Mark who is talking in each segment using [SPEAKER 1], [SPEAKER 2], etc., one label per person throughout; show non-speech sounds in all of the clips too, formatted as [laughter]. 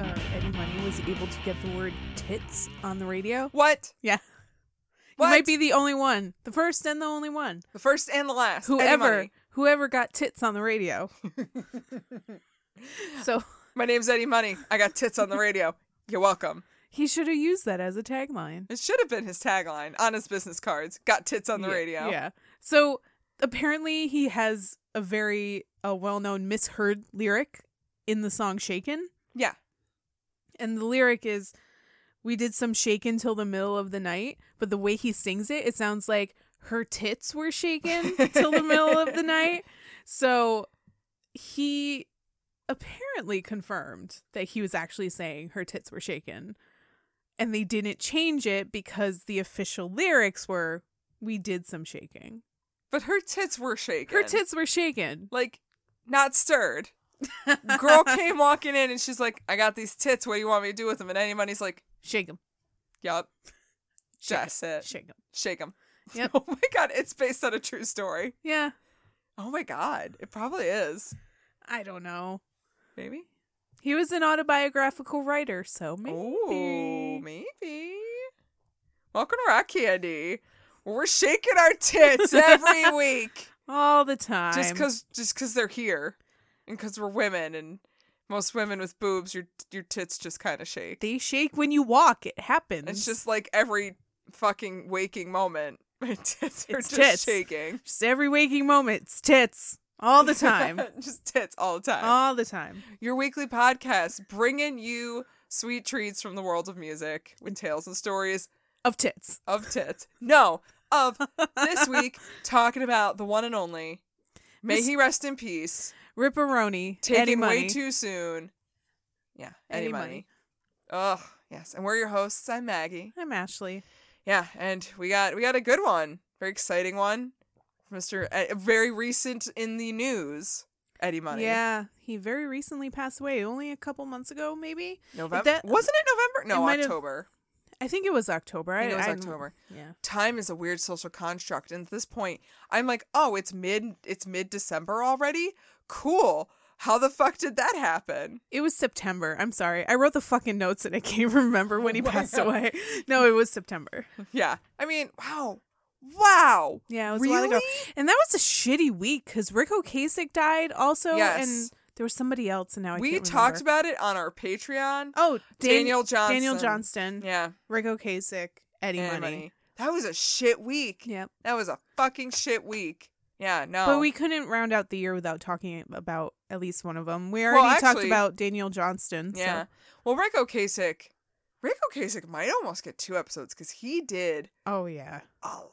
[SPEAKER 1] uh, able to get the word tits on the radio.
[SPEAKER 2] What?
[SPEAKER 1] Yeah.
[SPEAKER 2] What?
[SPEAKER 1] You might be the only one, the first and the only one.
[SPEAKER 2] the first and the last.
[SPEAKER 1] Whoever
[SPEAKER 2] Anybody.
[SPEAKER 1] whoever got tits on the radio. so
[SPEAKER 2] My name's Eddie Money. I got tits on the radio. [laughs] You're welcome.
[SPEAKER 1] he should have used that as a tagline.
[SPEAKER 2] It should have been his tagline on his business cards. Got tits on the
[SPEAKER 1] Yeah,
[SPEAKER 2] radio.
[SPEAKER 1] Yeah. So apparently he has a very uh, well-known misheard lyric in the song Shaken.
[SPEAKER 2] Yeah.
[SPEAKER 1] And the lyric is we did some shaken till the middle of the night, but the way he sings it, it sounds like her tits were shaken till the middle of the
[SPEAKER 2] [laughs]
[SPEAKER 1] night. So he apparently confirmed that he was actually saying her tits were shaken. And they didn't change it because the official lyrics were we did some shaking.
[SPEAKER 2] But her tits were shaking.
[SPEAKER 1] Her tits were shaken.
[SPEAKER 2] like not
[SPEAKER 1] [laughs]
[SPEAKER 2] stirred. Girl came walking in and she's like, "I got these tits. What do you want me to do with them?" And Eddie Money's like,
[SPEAKER 1] Shake them.
[SPEAKER 2] "Yup,
[SPEAKER 1] [laughs] Shake 'em.
[SPEAKER 2] that's it.
[SPEAKER 1] Shake them.
[SPEAKER 2] Shake them."
[SPEAKER 1] Yep.
[SPEAKER 2] [laughs] oh my god, it's based on a true story.
[SPEAKER 1] Yeah.
[SPEAKER 2] Oh my god, it probably is.
[SPEAKER 1] I don't know.
[SPEAKER 2] Maybe.
[SPEAKER 1] He was an autobiographical writer, so maybe.
[SPEAKER 2] Oh, maybe. Welcome to Rock Candy. where We're shaking our
[SPEAKER 1] [laughs]
[SPEAKER 2] tits every week
[SPEAKER 1] All the time.
[SPEAKER 2] just because just because they're here and because we're women and most women with boobs, your your tits just kind of shake.
[SPEAKER 1] they shake when you walk. It happens.
[SPEAKER 2] It's just like every fucking waking moment, [laughs] my tits are
[SPEAKER 1] It's
[SPEAKER 2] just
[SPEAKER 1] tits.
[SPEAKER 2] shaking.
[SPEAKER 1] Just every waking moment. It's tits. All the
[SPEAKER 2] [laughs]
[SPEAKER 1] time.
[SPEAKER 2] just tits all the time.
[SPEAKER 1] All the time.
[SPEAKER 2] Your weekly podcast bringing you sweet treats from the world of music with tales and stories
[SPEAKER 1] Of tits.
[SPEAKER 2] of tits. No, of
[SPEAKER 1] [laughs]
[SPEAKER 2] this week talking about the one and only. May
[SPEAKER 1] Miss-
[SPEAKER 2] he rest in peace.
[SPEAKER 1] Ripperoni. Eddie
[SPEAKER 2] Taken
[SPEAKER 1] money.
[SPEAKER 2] way too soon. Yeah,
[SPEAKER 1] Eddie
[SPEAKER 2] any money. Ugh, yes. And we're your hosts. I'm Maggie.
[SPEAKER 1] I'm Ashley.
[SPEAKER 2] Yeah, and we got we got a good one, very exciting one, Mister. Uh, very recent in the news, Eddie Money.
[SPEAKER 1] Yeah. He very recently passed away, only a couple months ago, maybe.
[SPEAKER 2] November
[SPEAKER 1] That-
[SPEAKER 2] wasn't it
[SPEAKER 1] it
[SPEAKER 2] November?
[SPEAKER 1] might
[SPEAKER 2] No,
[SPEAKER 1] have-
[SPEAKER 2] October.
[SPEAKER 1] I think it was October. I
[SPEAKER 2] I think it was
[SPEAKER 1] I'm-
[SPEAKER 2] October.
[SPEAKER 1] Yeah.
[SPEAKER 2] Time is a weird social construct, and at this point, I'm like, oh, it's mid, it's mid December already. Cool. How the fuck did that happen?
[SPEAKER 1] It was September. I'm sorry. I wrote the fucking notes and I can't [laughs] remember when he passed away. No, it was September.
[SPEAKER 2] Yeah, I mean, wow, wow.
[SPEAKER 1] Yeah, it was
[SPEAKER 2] really?
[SPEAKER 1] a while ago. And that was a shitty week because Rick Ocasek died also.
[SPEAKER 2] Yes.
[SPEAKER 1] And there was somebody else, and now Oh, I
[SPEAKER 2] we
[SPEAKER 1] can't
[SPEAKER 2] talked
[SPEAKER 1] remember.
[SPEAKER 2] about it on our Patreon.
[SPEAKER 1] Oh, Dan-
[SPEAKER 2] Daniel Johnston.
[SPEAKER 1] Daniel Johnston,
[SPEAKER 2] Yeah,
[SPEAKER 1] Rick Ocasek, Eddie
[SPEAKER 2] and
[SPEAKER 1] Money.
[SPEAKER 2] money. That was a shit week.
[SPEAKER 1] Yep.
[SPEAKER 2] That was a fucking shit week. Yeah, no.
[SPEAKER 1] But we couldn't round out the year without talking about at least one of them. We
[SPEAKER 2] Well,
[SPEAKER 1] already talked
[SPEAKER 2] actually-
[SPEAKER 1] about Daniel Johnston.
[SPEAKER 2] yeah.
[SPEAKER 1] So.
[SPEAKER 2] Well, Rick Ocasek, Rick Ocasek might almost get two episodes because he did
[SPEAKER 1] Oh, yeah.
[SPEAKER 2] a lot.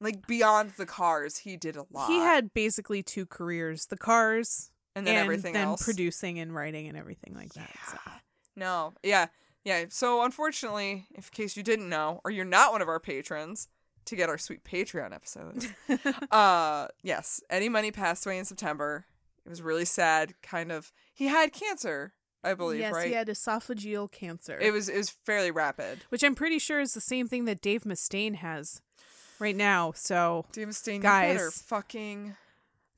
[SPEAKER 2] Like beyond the cars, he did a lot.
[SPEAKER 1] He had basically two careers the cars
[SPEAKER 2] and then everything
[SPEAKER 1] then
[SPEAKER 2] else.
[SPEAKER 1] producing and writing and everything like that. So.
[SPEAKER 2] Yeah. No, yeah, yeah. So unfortunately, if in case you didn't know, or you're not one of our patrons to get our sweet Patreon
[SPEAKER 1] [laughs]
[SPEAKER 2] episodes, uh, yes, Eddie Money passed away in September. It was really sad. Kind of, he had cancer, I believe,
[SPEAKER 1] yes,
[SPEAKER 2] right?
[SPEAKER 1] he had esophageal cancer.
[SPEAKER 2] It was it was fairly rapid.
[SPEAKER 1] which I'm pretty sure is the same thing that Dave Mustaine has right now. So
[SPEAKER 2] Dave Mustaine,
[SPEAKER 1] Guys.
[SPEAKER 2] you better fucking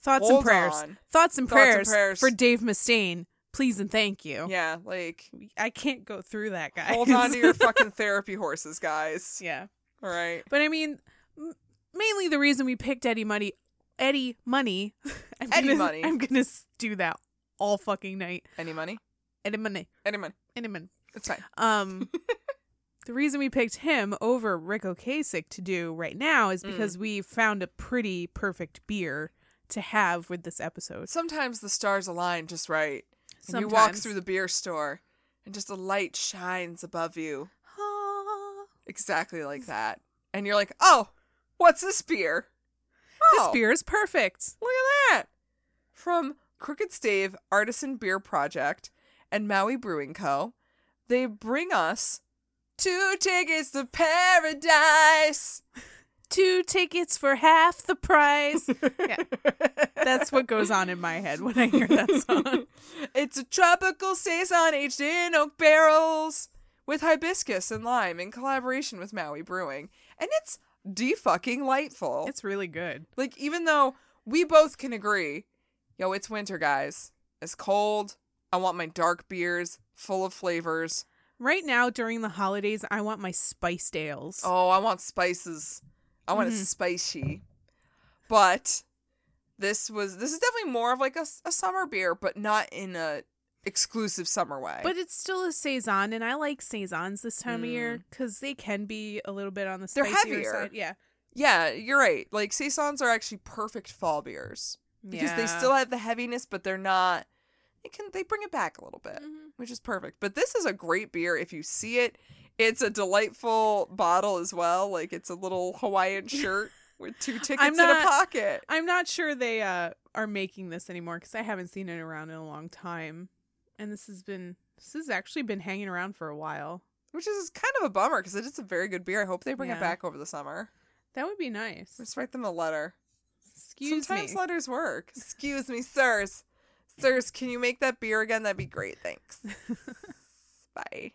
[SPEAKER 1] thoughts and
[SPEAKER 2] Hold
[SPEAKER 1] prayers,
[SPEAKER 2] on.
[SPEAKER 1] thoughts and
[SPEAKER 2] Thoughts and
[SPEAKER 1] prayers,
[SPEAKER 2] prayers.
[SPEAKER 1] for Dave Mustaine. Please and thank you.
[SPEAKER 2] yeah,
[SPEAKER 1] [laughs]
[SPEAKER 2] like
[SPEAKER 1] I can't go through that, guys.
[SPEAKER 2] hold on to your fucking therapy horses, guys.
[SPEAKER 1] [laughs] yeah,
[SPEAKER 2] All right,
[SPEAKER 1] but I mean, m- mainly the reason we picked Eddie Money, Eddie Money, [laughs] I'm
[SPEAKER 2] Eddie
[SPEAKER 1] gonna,
[SPEAKER 2] Money.
[SPEAKER 1] I'm gonna s- do that all fucking night.
[SPEAKER 2] any money,
[SPEAKER 1] Eddie Money,
[SPEAKER 2] any money,
[SPEAKER 1] Eddie Money.
[SPEAKER 2] it's fine.
[SPEAKER 1] [laughs] Um, the reason we picked him over Rick Ocasek to do right now is because we found a pretty perfect beer to have with this episode.
[SPEAKER 2] Sometimes the stars align just right, and you walk
[SPEAKER 1] Sometimes.
[SPEAKER 2] through the beer store, and just a light shines above you,
[SPEAKER 1] Ah,
[SPEAKER 2] exactly like that, and you're like, oh, what's this beer?
[SPEAKER 1] This
[SPEAKER 2] Oh,
[SPEAKER 1] beer is perfect.
[SPEAKER 2] Look at that, from Crooked Stave Artisan Beer Project and Maui Brewing Co. They bring us. Two tickets to paradise.
[SPEAKER 1] Two tickets for half the price. [laughs] yeah. That's what goes on in my head when I hear that [laughs] song.
[SPEAKER 2] It's a tropical saison aged in oak barrels with hibiscus and lime in collaboration with Maui Brewing, and it's de fucking lightful.
[SPEAKER 1] It's really good.
[SPEAKER 2] like even though we both can agree, yo, it's winter, guys. It's cold. I want my dark beers full of flavors.
[SPEAKER 1] Right now, during the holidays, I want my spiced ales.
[SPEAKER 2] Oh, I want spices. I want it
[SPEAKER 1] Mhm.
[SPEAKER 2] spicy. But this was this is definitely more of like a, s- a summer beer, but not in a exclusive summer way.
[SPEAKER 1] But it's still a saison, and I like saisons this time of year because they can be a little bit on the
[SPEAKER 2] They're
[SPEAKER 1] spicier
[SPEAKER 2] heavier.
[SPEAKER 1] side. Yeah,
[SPEAKER 2] yeah, you're right. Like saisons are actually perfect fall beers because they
[SPEAKER 1] Yeah.
[SPEAKER 2] still have the heaviness, but they're not. They can they bring it back a little bit,
[SPEAKER 1] Mhm.
[SPEAKER 2] which is perfect. But this is a great beer if you see it. It's a delightful bottle as well. Like it's a little
[SPEAKER 1] [laughs]
[SPEAKER 2] Hawaiian shirt with two tickets in a
[SPEAKER 1] not-
[SPEAKER 2] pocket.
[SPEAKER 1] I'm not sure they uh, are making this anymore because I haven't seen it around in a long time, and this has been this has actually been hanging around for a while.
[SPEAKER 2] which is kind of a bummer because it is a very good beer. I hope they bring it
[SPEAKER 1] Yeah.
[SPEAKER 2] back over the summer.
[SPEAKER 1] That would be nice.
[SPEAKER 2] Just write them a letter.
[SPEAKER 1] Excuse
[SPEAKER 2] Sometimes
[SPEAKER 1] me.
[SPEAKER 2] letters work. Excuse me, sirs. Sirs, can you make that beer again? That'd be great. [laughs] Thanks. Bye.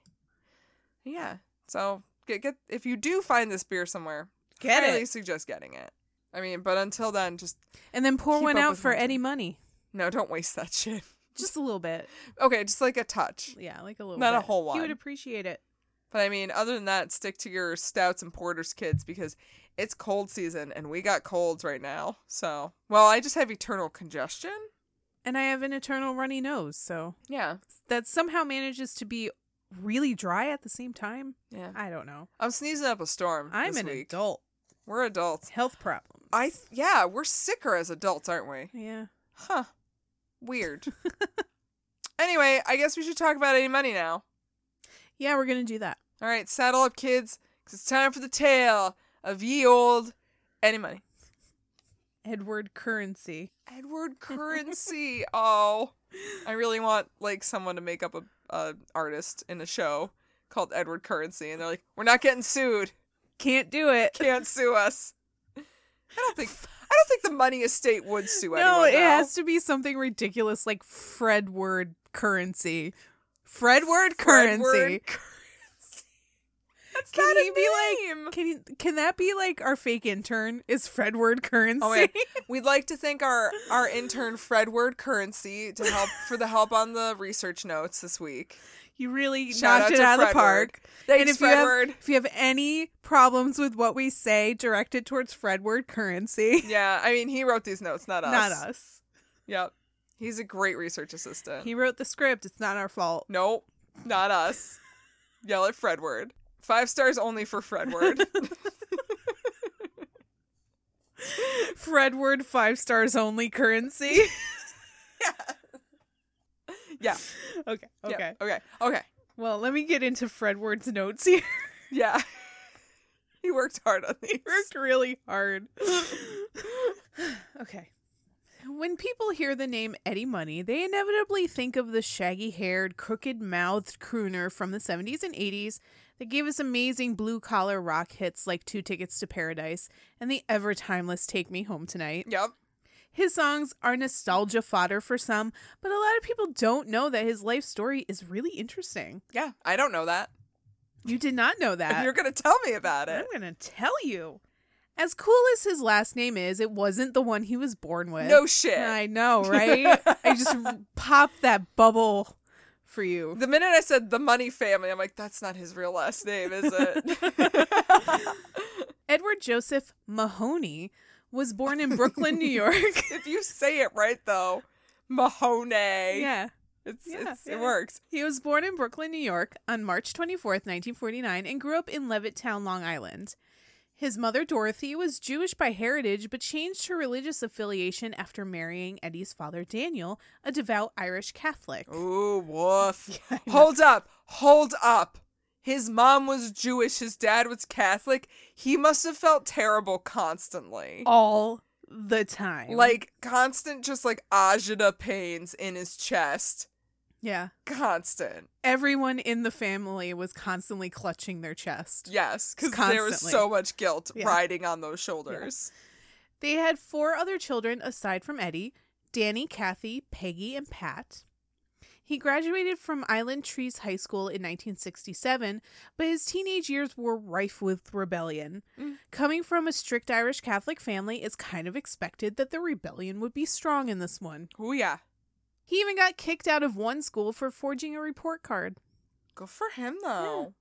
[SPEAKER 2] Yeah. So get get if you do find this beer somewhere,
[SPEAKER 1] Get
[SPEAKER 2] highly
[SPEAKER 1] it,
[SPEAKER 2] suggest getting it. I mean, but until then, just
[SPEAKER 1] and then pour
[SPEAKER 2] keep
[SPEAKER 1] one
[SPEAKER 2] up
[SPEAKER 1] out
[SPEAKER 2] with
[SPEAKER 1] for
[SPEAKER 2] Monty.
[SPEAKER 1] any money.
[SPEAKER 2] no, don't waste that [laughs] shit.
[SPEAKER 1] Just a little bit.
[SPEAKER 2] Okay, just like a touch.
[SPEAKER 1] Yeah, like a little.
[SPEAKER 2] Not a
[SPEAKER 1] bit.
[SPEAKER 2] whole
[SPEAKER 1] He
[SPEAKER 2] one.
[SPEAKER 1] would appreciate it.
[SPEAKER 2] But I mean, other than that, stick to your stouts and porters, kids, because it's cold season and we got colds right now. So, well, I just have eternal congestion.
[SPEAKER 1] And I have an eternal runny nose, so
[SPEAKER 2] Yeah.
[SPEAKER 1] that somehow manages to be really dry at the same time.
[SPEAKER 2] Yeah.
[SPEAKER 1] I don't know.
[SPEAKER 2] I'm sneezing up a storm.
[SPEAKER 1] I'm
[SPEAKER 2] this
[SPEAKER 1] an
[SPEAKER 2] week.
[SPEAKER 1] adult.
[SPEAKER 2] We're adults.
[SPEAKER 1] Health problems.
[SPEAKER 2] I, th- yeah, we're sicker as adults, aren't we?
[SPEAKER 1] yeah.
[SPEAKER 2] Huh.
[SPEAKER 1] [laughs]
[SPEAKER 2] Weird. anyway, I guess we should talk about any money now.
[SPEAKER 1] Yeah, we're going to do that.
[SPEAKER 2] All right, saddle up, kids, because it's time for the tale of ye old any money.
[SPEAKER 1] Edward Currency. [laughs]
[SPEAKER 2] Edward Currency. oh, I really want like someone to make up a, a artist in a show called Edward Currency, and they're like, "We're not getting sued.
[SPEAKER 1] Can't do it.
[SPEAKER 2] Can't sue us." I don't think I don't think the money estate would sue
[SPEAKER 1] No,
[SPEAKER 2] anyone.
[SPEAKER 1] it
[SPEAKER 2] now.
[SPEAKER 1] has to be something ridiculous like Fredward Currency. Fredward Currency.
[SPEAKER 2] Edward Currency. That's
[SPEAKER 1] Can
[SPEAKER 2] not a
[SPEAKER 1] he be like-
[SPEAKER 2] name.
[SPEAKER 1] Can you, can that be like our fake intern is Fredward Currency?
[SPEAKER 2] Oh, wait. We'd like to thank our our intern Fredward Currency to help for the help on the research notes this week.
[SPEAKER 1] [laughs] you really
[SPEAKER 2] Shout
[SPEAKER 1] knocked
[SPEAKER 2] out
[SPEAKER 1] it
[SPEAKER 2] to
[SPEAKER 1] out of
[SPEAKER 2] Fredward.
[SPEAKER 1] the park.
[SPEAKER 2] Thanks,
[SPEAKER 1] and if
[SPEAKER 2] Fredward.
[SPEAKER 1] you have if you have any problems with what we say, directed towards Fredward Currency,
[SPEAKER 2] yeah, I mean, he wrote these notes, not us.
[SPEAKER 1] not us.
[SPEAKER 2] Yep. He's a great research assistant.
[SPEAKER 1] He wrote the script. It's not our fault. [laughs]
[SPEAKER 2] nope, not us. Yell at Fredward. Five stars only for
[SPEAKER 1] [laughs]
[SPEAKER 2] Fredward.
[SPEAKER 1] Fredward five stars only
[SPEAKER 2] [laughs]
[SPEAKER 1] currency. [laughs]
[SPEAKER 2] yeah.
[SPEAKER 1] okay.
[SPEAKER 2] yeah,
[SPEAKER 1] Okay.
[SPEAKER 2] Okay. Okay.
[SPEAKER 1] Well, let me get into Fredward's notes here. [laughs]
[SPEAKER 2] Yeah. [laughs] he worked hard on these.
[SPEAKER 1] He worked really
[SPEAKER 2] [laughs]
[SPEAKER 1] hard. okay. When people hear the name Eddie Money, they inevitably think of the shaggy haired, crooked mouthed crooner from the 70s and 80s that gave us amazing blue collar rock hits like Two Tickets to Paradise and the ever timeless Take Me Home Tonight.
[SPEAKER 2] Yep.
[SPEAKER 1] His songs are nostalgia fodder for some, but a lot of people don't know that his life story is really interesting.
[SPEAKER 2] Yeah. I don't know that.
[SPEAKER 1] You did not
[SPEAKER 2] [laughs]
[SPEAKER 1] know that.
[SPEAKER 2] You're going to tell me about
[SPEAKER 1] I'm
[SPEAKER 2] it.
[SPEAKER 1] going to tell you. As cool as his last name is, it wasn't the one he was born with.
[SPEAKER 2] No shit.
[SPEAKER 1] I know, right? I
[SPEAKER 2] [laughs]
[SPEAKER 1] just popped that bubble for you.
[SPEAKER 2] The minute I said the money family, I'm like, that's not his real last name, is it?
[SPEAKER 1] [laughs]
[SPEAKER 2] [laughs]
[SPEAKER 1] Edward Joseph Mahoney was born in Brooklyn,
[SPEAKER 2] [laughs]
[SPEAKER 1] New York.
[SPEAKER 2] if you say it right, though,
[SPEAKER 1] [laughs]
[SPEAKER 2] Mahoney.
[SPEAKER 1] yeah.
[SPEAKER 2] It's,
[SPEAKER 1] Yeah,
[SPEAKER 2] it's
[SPEAKER 1] yeah.
[SPEAKER 2] It works.
[SPEAKER 1] He was born in Brooklyn, New York on March 24th, 1949, and grew up in Levittown, Long Island. His mother, Dorothy, was Jewish by heritage but changed her religious affiliation after marrying Eddie's father, Daniel, a devout Irish Catholic. [laughs]
[SPEAKER 2] Ooh, woof. hold up. Hold up. His mom was Jewish. His dad was Catholic. He must have felt terrible constantly.
[SPEAKER 1] Oh, all the time.
[SPEAKER 2] Like, constant, just like agita pains in his chest.
[SPEAKER 1] yeah,
[SPEAKER 2] Constant.
[SPEAKER 1] everyone in the family was constantly clutching their chest.
[SPEAKER 2] Yes. Because there was
[SPEAKER 1] Constantly.
[SPEAKER 2] so much guilt
[SPEAKER 1] Yeah.
[SPEAKER 2] riding on those shoulders.
[SPEAKER 1] They had four other children aside from Eddie Danny, Kathy, Peggy, and Pat. He graduated from Island Trees High School in 1967, but his teenage years were rife with rebellion.
[SPEAKER 2] Mm.
[SPEAKER 1] Coming from a strict Irish Catholic family, it's kind of expected that the rebellion would be strong in this one.
[SPEAKER 2] Oh, yeah.
[SPEAKER 1] He even got kicked out of one school for forging a report card.
[SPEAKER 2] Good for him though.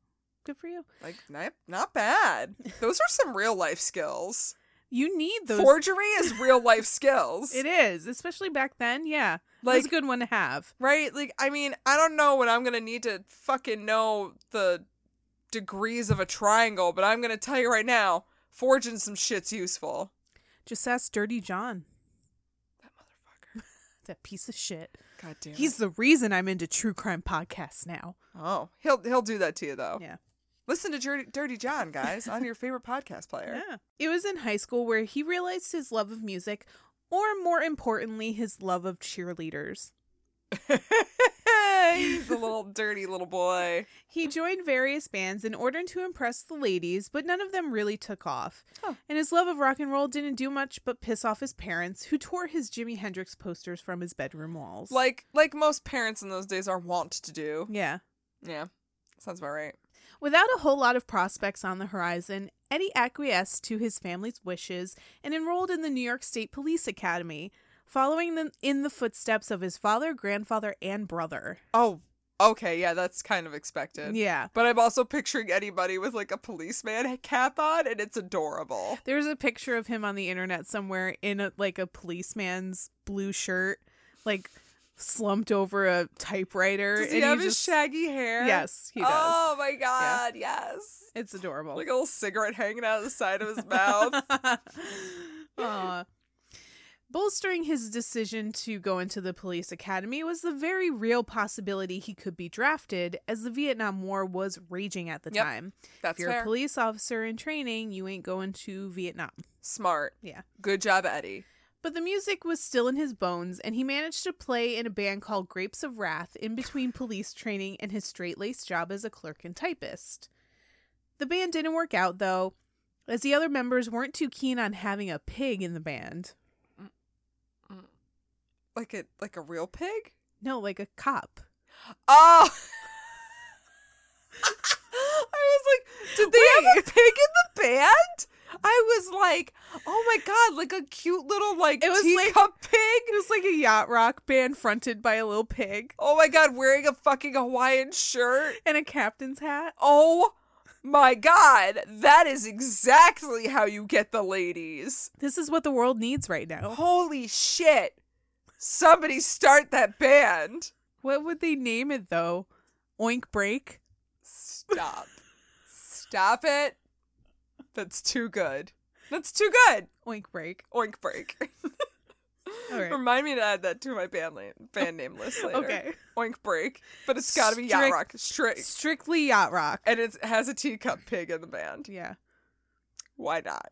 [SPEAKER 1] Good for you.
[SPEAKER 2] Like not, not
[SPEAKER 1] [laughs]
[SPEAKER 2] bad. Those are some real life skills.
[SPEAKER 1] You need those.
[SPEAKER 2] Forgery is
[SPEAKER 1] [laughs]
[SPEAKER 2] real life skills.
[SPEAKER 1] it is, especially back then. Yeah, like,
[SPEAKER 2] like
[SPEAKER 1] was a good one to have.
[SPEAKER 2] right? Like I mean, I don't know when I'm gonna need to fucking know the degrees of a triangle, but I'm gonna tell you right now, forging some shit's useful.
[SPEAKER 1] Just ask Dirty John,
[SPEAKER 2] That
[SPEAKER 1] [laughs]
[SPEAKER 2] motherfucker.
[SPEAKER 1] that piece of shit.
[SPEAKER 2] God damn. it.
[SPEAKER 1] He's the reason I'm into true crime podcasts now.
[SPEAKER 2] oh, he'll he'll do that to you though.
[SPEAKER 1] Yeah.
[SPEAKER 2] Listen to Dirty, Dirty John, guys, on your favorite podcast player.
[SPEAKER 1] [laughs] Yeah. It was in high school where he realized his love of music, or more importantly, his love of cheerleaders.
[SPEAKER 2] [laughs] He's a little dirty little boy.
[SPEAKER 1] He joined various bands in order to impress the ladies, but none of them really took off.
[SPEAKER 2] Huh.
[SPEAKER 1] And his love of rock and roll didn't do much but piss off his parents, who tore his Jimi Hendrix posters from his bedroom walls.
[SPEAKER 2] Like like most parents in those days are wont to do.
[SPEAKER 1] yeah.
[SPEAKER 2] Yeah. Sounds about right.
[SPEAKER 1] Without a whole lot of prospects on the horizon, Eddie acquiesced to his family's wishes and enrolled in the New York State Police Academy, following them in the footsteps of his father, grandfather, and brother.
[SPEAKER 2] Oh, okay, yeah, that's kind of expected.
[SPEAKER 1] Yeah.
[SPEAKER 2] But I'm also picturing anybody with like a policeman cap on, and it's adorable.
[SPEAKER 1] There's a picture of him on the internet somewhere in a, like a policeman's blue shirt, like slumped over a typewriter.
[SPEAKER 2] Does
[SPEAKER 1] and
[SPEAKER 2] he have his
[SPEAKER 1] just-
[SPEAKER 2] shaggy hair?
[SPEAKER 1] Yes, he does.
[SPEAKER 2] Oh my god, yes.
[SPEAKER 1] It's adorable.
[SPEAKER 2] Like a little cigarette hanging out of the side of [laughs] his mouth.
[SPEAKER 1] [laughs] Aw. Bolstering his decision to go into the police academy was the very real possibility he could be drafted, as the Vietnam War was raging at the
[SPEAKER 2] Yep,
[SPEAKER 1] time.
[SPEAKER 2] That's
[SPEAKER 1] If you're
[SPEAKER 2] fair.
[SPEAKER 1] a police officer in training, you ain't going to Vietnam.
[SPEAKER 2] Smart.
[SPEAKER 1] Yeah.
[SPEAKER 2] Good job, Eddie.
[SPEAKER 1] But the music was still in his bones, and he managed to play in a band called Grapes of Wrath in between [laughs] police training and his straight laced job as a clerk and typist. The band didn't work out, though, as the other members weren't too keen on having a pig in the band.
[SPEAKER 2] Like a like a real pig?
[SPEAKER 1] No, like a cop.
[SPEAKER 2] Oh. [laughs] I was like, did they have a pig in the band? I was like, oh my god, like a cute little like
[SPEAKER 1] It was like-
[SPEAKER 2] teacup
[SPEAKER 1] [laughs] It
[SPEAKER 2] pig.
[SPEAKER 1] was like a yacht rock band fronted by a little pig
[SPEAKER 2] Oh my god, wearing a fucking Hawaiian shirt.
[SPEAKER 1] and a captain's hat.
[SPEAKER 2] Oh my god, that is exactly how you get the ladies.
[SPEAKER 1] This is what the world needs right now.
[SPEAKER 2] Holy shit. Somebody start that band.
[SPEAKER 1] [gasps] What would they name it, though? Oink Break? [laughs]
[SPEAKER 2] Stop. Stop it. That's too good. That's too good.
[SPEAKER 1] Oink Break.
[SPEAKER 2] Oink break.
[SPEAKER 1] All right. Oh,
[SPEAKER 2] Remind me to add that to my band, la- band name list later.
[SPEAKER 1] Okay.
[SPEAKER 2] Oink break. But it's gotta be Yacht
[SPEAKER 1] Strict-
[SPEAKER 2] Rock. Strict.
[SPEAKER 1] Strictly yacht rock.
[SPEAKER 2] And it has a teacup pig in the band.
[SPEAKER 1] Yeah.
[SPEAKER 2] Why not?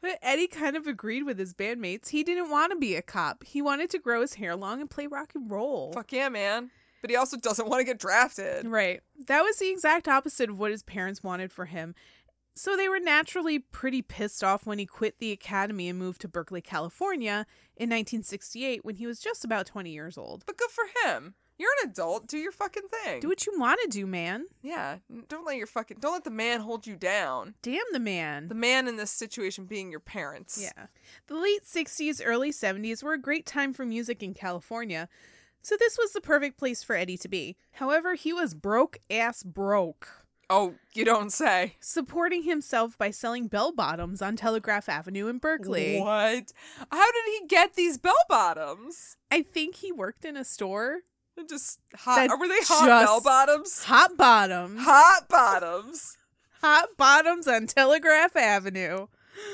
[SPEAKER 1] But Eddie kind of agreed with his bandmates. He didn't want to be a cop. He wanted to grow his hair long and play rock and roll.
[SPEAKER 2] Fuck yeah, man. But he also doesn't want to get drafted.
[SPEAKER 1] Right. That was the exact opposite of what his parents wanted for him. So they were naturally pretty pissed off when he quit the academy and moved to Berkeley, California in 1968 when he was just about 20 years old.
[SPEAKER 2] But good for him. You're an adult. Do your fucking thing.
[SPEAKER 1] Do what you want to do, man.
[SPEAKER 2] Yeah. Don't let your fucking don't let the man hold you down.
[SPEAKER 1] Damn the man.
[SPEAKER 2] The man in this situation being your parents.
[SPEAKER 1] Yeah. The late 60s, early 70s were a great time for music in California, so this was the perfect place for Eddie to be. However, he was broke ass broke,
[SPEAKER 2] Oh, you don't say.
[SPEAKER 1] supporting himself by selling bell bottoms on Telegraph Avenue in Berkeley.
[SPEAKER 2] What? How did he get these bell bottoms?
[SPEAKER 1] I think he worked in a store.
[SPEAKER 2] They're just hot.
[SPEAKER 1] That
[SPEAKER 2] Or were they hot
[SPEAKER 1] just-
[SPEAKER 2] bell bottoms?
[SPEAKER 1] Hot bottoms.
[SPEAKER 2] Hot bottoms.
[SPEAKER 1] [laughs] Hot bottoms on Telegraph Avenue.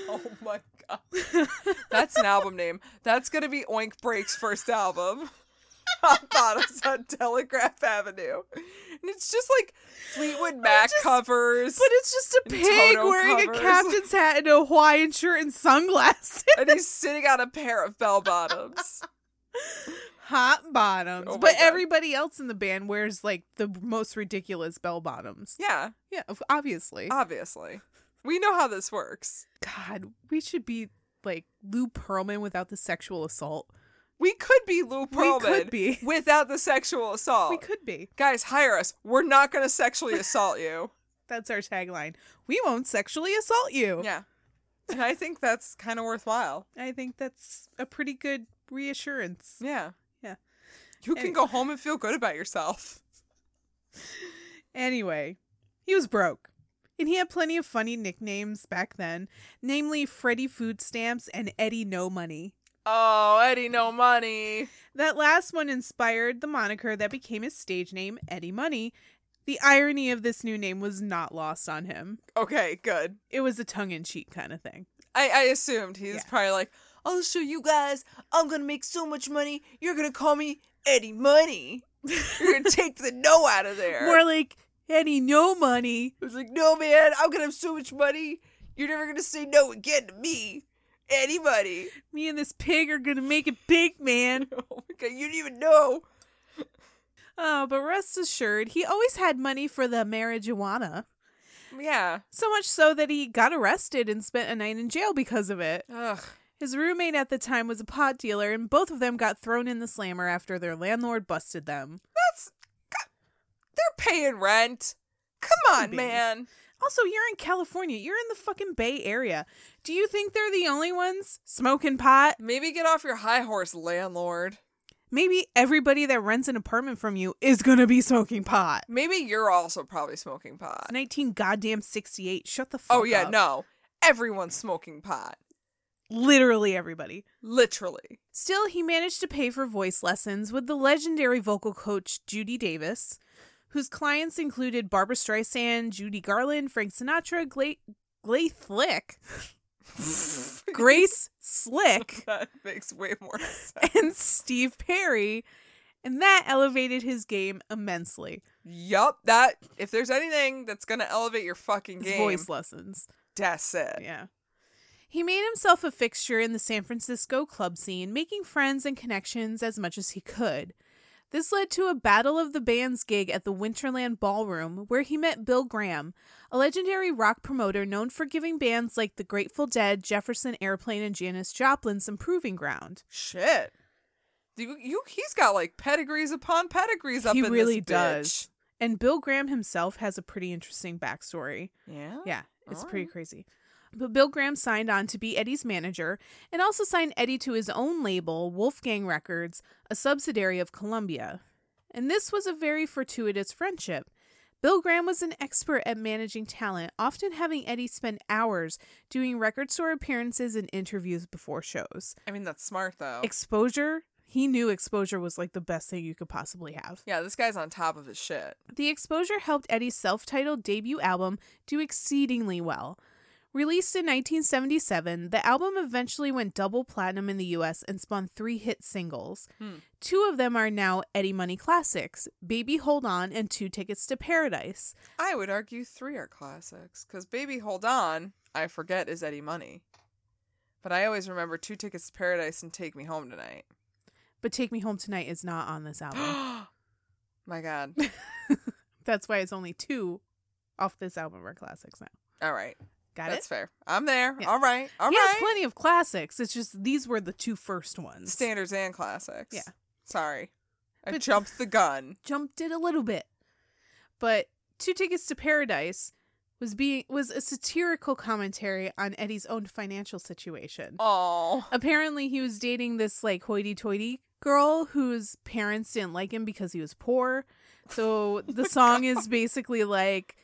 [SPEAKER 2] Oh my god. [laughs] That's an album name. That's gonna be Oink Break's first album. [laughs] Hot bottoms on Telegraph Avenue. And it's just like Fleetwood Mac
[SPEAKER 1] just-
[SPEAKER 2] covers.
[SPEAKER 1] But it's just a
[SPEAKER 2] And
[SPEAKER 1] pig
[SPEAKER 2] Toto
[SPEAKER 1] wearing
[SPEAKER 2] covers.
[SPEAKER 1] a captain's hat and a Hawaiian shirt and sunglasses. [laughs]
[SPEAKER 2] and he's sitting on a pair of bell bottoms.
[SPEAKER 1] hot bottoms.
[SPEAKER 2] Oh my
[SPEAKER 1] but
[SPEAKER 2] God.
[SPEAKER 1] everybody else in the band wears like the most ridiculous bell bottoms.
[SPEAKER 2] Yeah,
[SPEAKER 1] Yeah, of- obviously.
[SPEAKER 2] obviously. We know how this works.
[SPEAKER 1] God, we should be like Lou Pearlman without the sexual assault.
[SPEAKER 2] We could be Lou Pearlman
[SPEAKER 1] could be.
[SPEAKER 2] without the sexual assault.
[SPEAKER 1] We could be.
[SPEAKER 2] Guys, hire us. We're not going to sexually assault you.
[SPEAKER 1] That's our tagline. We won't sexually assault you.
[SPEAKER 2] yeah. And I think that's kind of worthwhile.
[SPEAKER 1] I think that's a pretty good reassurance.
[SPEAKER 2] Yeah.
[SPEAKER 1] Yeah.
[SPEAKER 2] You can go home and feel good about yourself.
[SPEAKER 1] Anyway, he was broke. And he had plenty of funny nicknames back then, namely Freddy Food Stamps and Eddie No Money.
[SPEAKER 2] Oh, Eddie, no money.
[SPEAKER 1] That last one inspired the moniker that became his stage name, Eddie Money. The irony of this new name was not lost on him.
[SPEAKER 2] Okay, good.
[SPEAKER 1] It was a tongue in cheek kind of thing.
[SPEAKER 2] I, I assumed he's
[SPEAKER 1] Yeah.
[SPEAKER 2] probably like, I'll show you guys. I'm gonna make so much money. You're gonna call me Eddie Money. [laughs] You're gonna take the no out of there.
[SPEAKER 1] More like Eddie No Money.
[SPEAKER 2] I was like, no, man, I'm gonna have so much money. You're never gonna say no again to me. [laughs] Anybody.
[SPEAKER 1] Me and this pig are gonna make it big, man.
[SPEAKER 2] Oh my god, you didn't even know.
[SPEAKER 1] Oh, but rest assured, he always had money for the marijuana.
[SPEAKER 2] Yeah.
[SPEAKER 1] So much so that he got arrested and spent a night in jail because of it.
[SPEAKER 2] Ugh.
[SPEAKER 1] His roommate at the time was a pot dealer, and both of them got thrown in the slammer after their landlord busted them.
[SPEAKER 2] That's. God, they're paying rent. Come on,
[SPEAKER 1] Maybe.
[SPEAKER 2] man.
[SPEAKER 1] Also, you're in California. You're in the fucking Bay Area. Do you think they're the only ones smoking pot?
[SPEAKER 2] Maybe get off your high horse, landlord.
[SPEAKER 1] Maybe everybody that rents an apartment from you is gonna be smoking pot.
[SPEAKER 2] Maybe you're also probably smoking pot.
[SPEAKER 1] It's 19 goddamn 68. Shut the fuck up.
[SPEAKER 2] Oh, yeah, no. Everyone's smoking pot.
[SPEAKER 1] Literally everybody. [laughs]
[SPEAKER 2] Literally. [laughs]
[SPEAKER 1] Still, he managed to pay for voice lessons with the legendary vocal coach Judy Davis, whose clients included Barbara Streisand, Judy Garland, Frank Sinatra, Gla- Glay Thlick, Grace Slick,
[SPEAKER 2] that makes way more sense.
[SPEAKER 1] and Steve Perry, and that elevated his game immensely.
[SPEAKER 2] Yup, that if there's anything that's gonna elevate your fucking
[SPEAKER 1] His
[SPEAKER 2] game,
[SPEAKER 1] voice lessons.
[SPEAKER 2] that's it.
[SPEAKER 1] Yeah. He made himself a fixture in the San Francisco club scene, making friends and connections as much as he could. This led to a Battle of the Bands gig at the Winterland Ballroom, where he met Bill Graham, a legendary rock promoter known for giving bands like the Grateful Dead, Jefferson Airplane, and Janis Joplin some proving ground.
[SPEAKER 2] Shit, you, you he's got like pedigrees upon pedigrees up
[SPEAKER 1] he
[SPEAKER 2] in
[SPEAKER 1] really
[SPEAKER 2] this
[SPEAKER 1] does. And Bill Graham himself has a pretty interesting backstory.
[SPEAKER 2] bitch. Yeah,
[SPEAKER 1] Yeah, it's
[SPEAKER 2] All
[SPEAKER 1] pretty crazy. But Bill Graham signed on to be Eddie's manager and also signed Eddie to his own label, Wolfgang Records, a subsidiary of Columbia. And this was a very fortuitous friendship. Bill Graham was an expert at managing talent, often having Eddie spend hours doing record store appearances and interviews before shows.
[SPEAKER 2] I mean that's smart though.
[SPEAKER 1] Exposure, he knew exposure was like the best thing you could possibly have.
[SPEAKER 2] yeah, this guy's on top of his shit.
[SPEAKER 1] The exposure helped Eddie's self titled debut album do exceedingly well. Released in 1977, the album eventually went double platinum in the US and spawned three hit singles.
[SPEAKER 2] Hmm.
[SPEAKER 1] Two of them are now Eddie Money classics Baby Hold On and Two Tickets to Paradise.
[SPEAKER 2] I would argue three are classics because "Baby Hold On" I forget is Eddie Money, but I always remember Two Tickets to Paradise" and "Take Me Home Tonight."
[SPEAKER 1] But Take Me Home Tonight is not on this
[SPEAKER 2] [gasps]
[SPEAKER 1] album. [laughs]
[SPEAKER 2] My God!
[SPEAKER 1] That's why it's only two off this album are classics now.
[SPEAKER 2] All right,
[SPEAKER 1] Got
[SPEAKER 2] that's
[SPEAKER 1] it?
[SPEAKER 2] fair. I'm there.
[SPEAKER 1] Yeah.
[SPEAKER 2] All right, all right.
[SPEAKER 1] he has plenty of classics. It's just these were the two first ones.
[SPEAKER 2] standards and classics.
[SPEAKER 1] Yeah.
[SPEAKER 2] Sorry. I
[SPEAKER 1] But-
[SPEAKER 2] jumped the gun.
[SPEAKER 1] jumped it a little bit. But Two Tickets to Paradise was being was a satirical commentary on Eddie's own financial situation.
[SPEAKER 2] Oh.
[SPEAKER 1] Apparently he was dating this like hoity-toity girl whose parents didn't like him because he was poor. So the song is basically like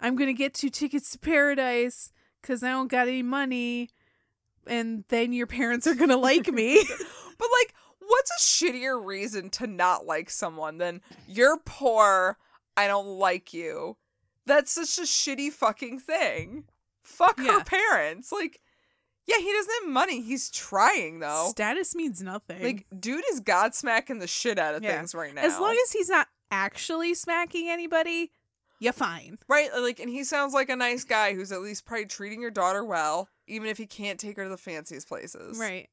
[SPEAKER 1] I'm going to get two tickets to paradise cuz I don't got any money and then your parents are going to like me.
[SPEAKER 2] But like, what's a shittier reason to not like someone than you're poor, I don't like you? That's such a shitty fucking thing. Fuck
[SPEAKER 1] Yeah.
[SPEAKER 2] her parents. Like, yeah, he doesn't have money. He's trying though.
[SPEAKER 1] Status means nothing.
[SPEAKER 2] Like, dude is godsmacking the shit out of
[SPEAKER 1] Yeah.
[SPEAKER 2] things right now.
[SPEAKER 1] As long as he's not actually smacking anybody, you're fine.
[SPEAKER 2] Right, like, and he sounds like a nice guy who's at least probably treating your daughter well, even if he can't take her to the fanciest places.
[SPEAKER 1] Right.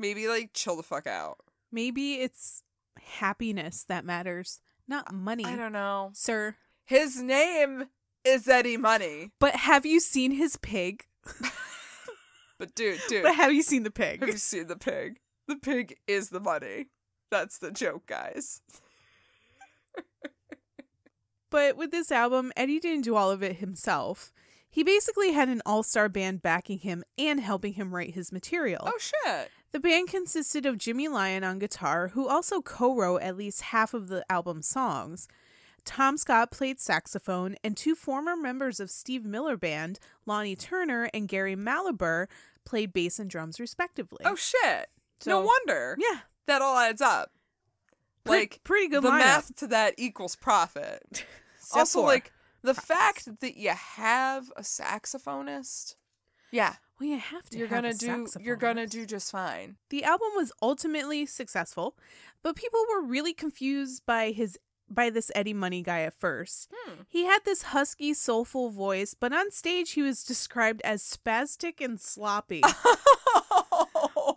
[SPEAKER 2] Maybe like chill the fuck out.
[SPEAKER 1] Maybe it's happiness that matters, not money,
[SPEAKER 2] I don't know.
[SPEAKER 1] sir.
[SPEAKER 2] His name is Eddie Money.
[SPEAKER 1] But have you seen his pig?
[SPEAKER 2] But dude, dude,
[SPEAKER 1] But
[SPEAKER 2] have
[SPEAKER 1] have you seen the
[SPEAKER 2] you
[SPEAKER 1] pig?
[SPEAKER 2] seen the pig? The pig is the money. That's the joke, guys.
[SPEAKER 1] But with this album, Eddie didn't do all of it himself. He basically had an all star band backing him and helping him write his material.
[SPEAKER 2] Oh shit.
[SPEAKER 1] The band consisted of Jimmy Lyon on guitar, who also co wrote at least half of the album's songs. Tom Scott played saxophone, and two former members of Steve Miller Band, Lonnie Turner and Gary Malaber, played bass and drums respectively.
[SPEAKER 2] Oh shit!
[SPEAKER 1] So-
[SPEAKER 2] no wonder
[SPEAKER 1] yeah.
[SPEAKER 2] that all adds up.
[SPEAKER 1] Pre-
[SPEAKER 2] like
[SPEAKER 1] pretty good
[SPEAKER 2] the
[SPEAKER 1] lineup.
[SPEAKER 2] math to that equals profit.
[SPEAKER 1] [laughs] Step
[SPEAKER 2] also,
[SPEAKER 1] four.
[SPEAKER 2] like the fact that you have a saxophonist. Yeah,
[SPEAKER 1] well, you have to.
[SPEAKER 2] you're
[SPEAKER 1] have a
[SPEAKER 2] gonna do. You're
[SPEAKER 1] saxophonist.
[SPEAKER 2] gonna do
[SPEAKER 1] [laughs]
[SPEAKER 2] just fine. [laughs]
[SPEAKER 1] The album was ultimately successful, but people were really confused by his by this Eddie Money guy at first.
[SPEAKER 2] Hmm.
[SPEAKER 1] He had this husky, soulful voice, but on stage he was described as spastic and
[SPEAKER 2] [laughs]
[SPEAKER 1] sloppy.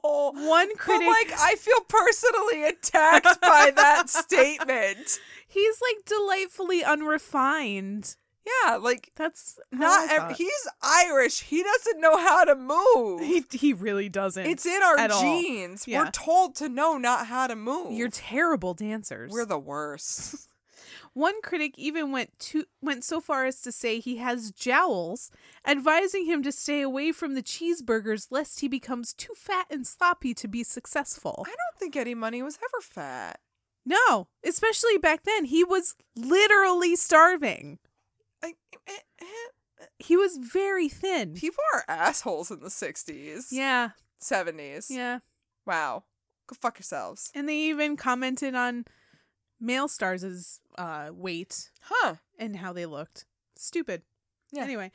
[SPEAKER 2] Oh
[SPEAKER 1] One
[SPEAKER 2] But
[SPEAKER 1] critic,
[SPEAKER 2] like, I feel personally attacked by
[SPEAKER 1] [laughs]
[SPEAKER 2] that statement.
[SPEAKER 1] he's like delightfully unrefined.
[SPEAKER 2] Yeah, like
[SPEAKER 1] That's how
[SPEAKER 2] not.
[SPEAKER 1] I
[SPEAKER 2] Ev-
[SPEAKER 1] thought.
[SPEAKER 2] he's Irish. He doesn't know how to move.
[SPEAKER 1] he he really doesn't.
[SPEAKER 2] It's in our
[SPEAKER 1] at all.
[SPEAKER 2] genes.
[SPEAKER 1] Yeah.
[SPEAKER 2] We're told to know not how to move.
[SPEAKER 1] you're terrible dancers.
[SPEAKER 2] We're
[SPEAKER 1] [laughs]
[SPEAKER 2] the worst.
[SPEAKER 1] One critic even went to went so far as to say he has jowls, advising him to stay away from the cheeseburgers lest he becomes too fat and sloppy to be successful.
[SPEAKER 2] I don't think Eddie Money was
[SPEAKER 1] [laughs]
[SPEAKER 2] ever fat.
[SPEAKER 1] No, especially back then he was literally starving.
[SPEAKER 2] I, eh, eh,
[SPEAKER 1] He was very thin.
[SPEAKER 2] people are assholes in the 60s,
[SPEAKER 1] yeah,
[SPEAKER 2] 70s.
[SPEAKER 1] yeah.
[SPEAKER 2] Wow. Go fuck yourselves.
[SPEAKER 1] And they even commented on male stars' uh, weight
[SPEAKER 2] [laughs] Huh.
[SPEAKER 1] and how they looked. Stupid.
[SPEAKER 2] Yeah.
[SPEAKER 1] Anyway,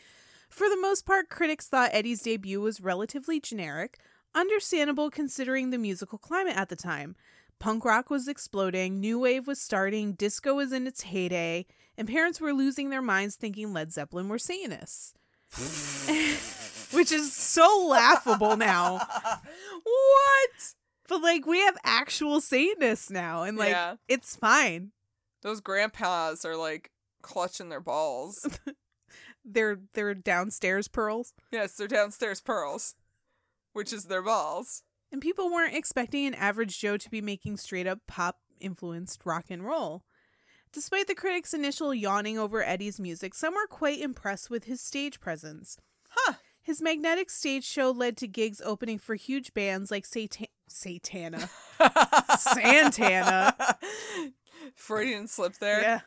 [SPEAKER 1] for the most part, critics thought Eddie's debut was relatively generic, understandable considering the musical climate at the time. Punk rock was exploding, new wave was starting, disco was in its heyday, and parents were losing their minds thinking Led Zeppelin were Satanists. [laughs] Which is so laughable now.
[SPEAKER 2] What?
[SPEAKER 1] But like we have actual Satanists now and like
[SPEAKER 2] Yeah.
[SPEAKER 1] it's fine.
[SPEAKER 2] Those grandpas are like clutching
[SPEAKER 1] [laughs]
[SPEAKER 2] their balls.
[SPEAKER 1] They're they're downstairs pearls.
[SPEAKER 2] yes, they're downstairs pearls, which is
[SPEAKER 1] [laughs]
[SPEAKER 2] their balls. [laughs]
[SPEAKER 1] And people weren't expecting an average Joe to be making straight up pop influenced rock and roll. Despite the critics' initial yawning over Eddie's music, some were quite impressed with his stage presence.
[SPEAKER 2] Huh.
[SPEAKER 1] His magnetic stage show led to gigs opening for huge bands like Satan- Satana. Santana.
[SPEAKER 2] Freudian slip there.
[SPEAKER 1] Yeah.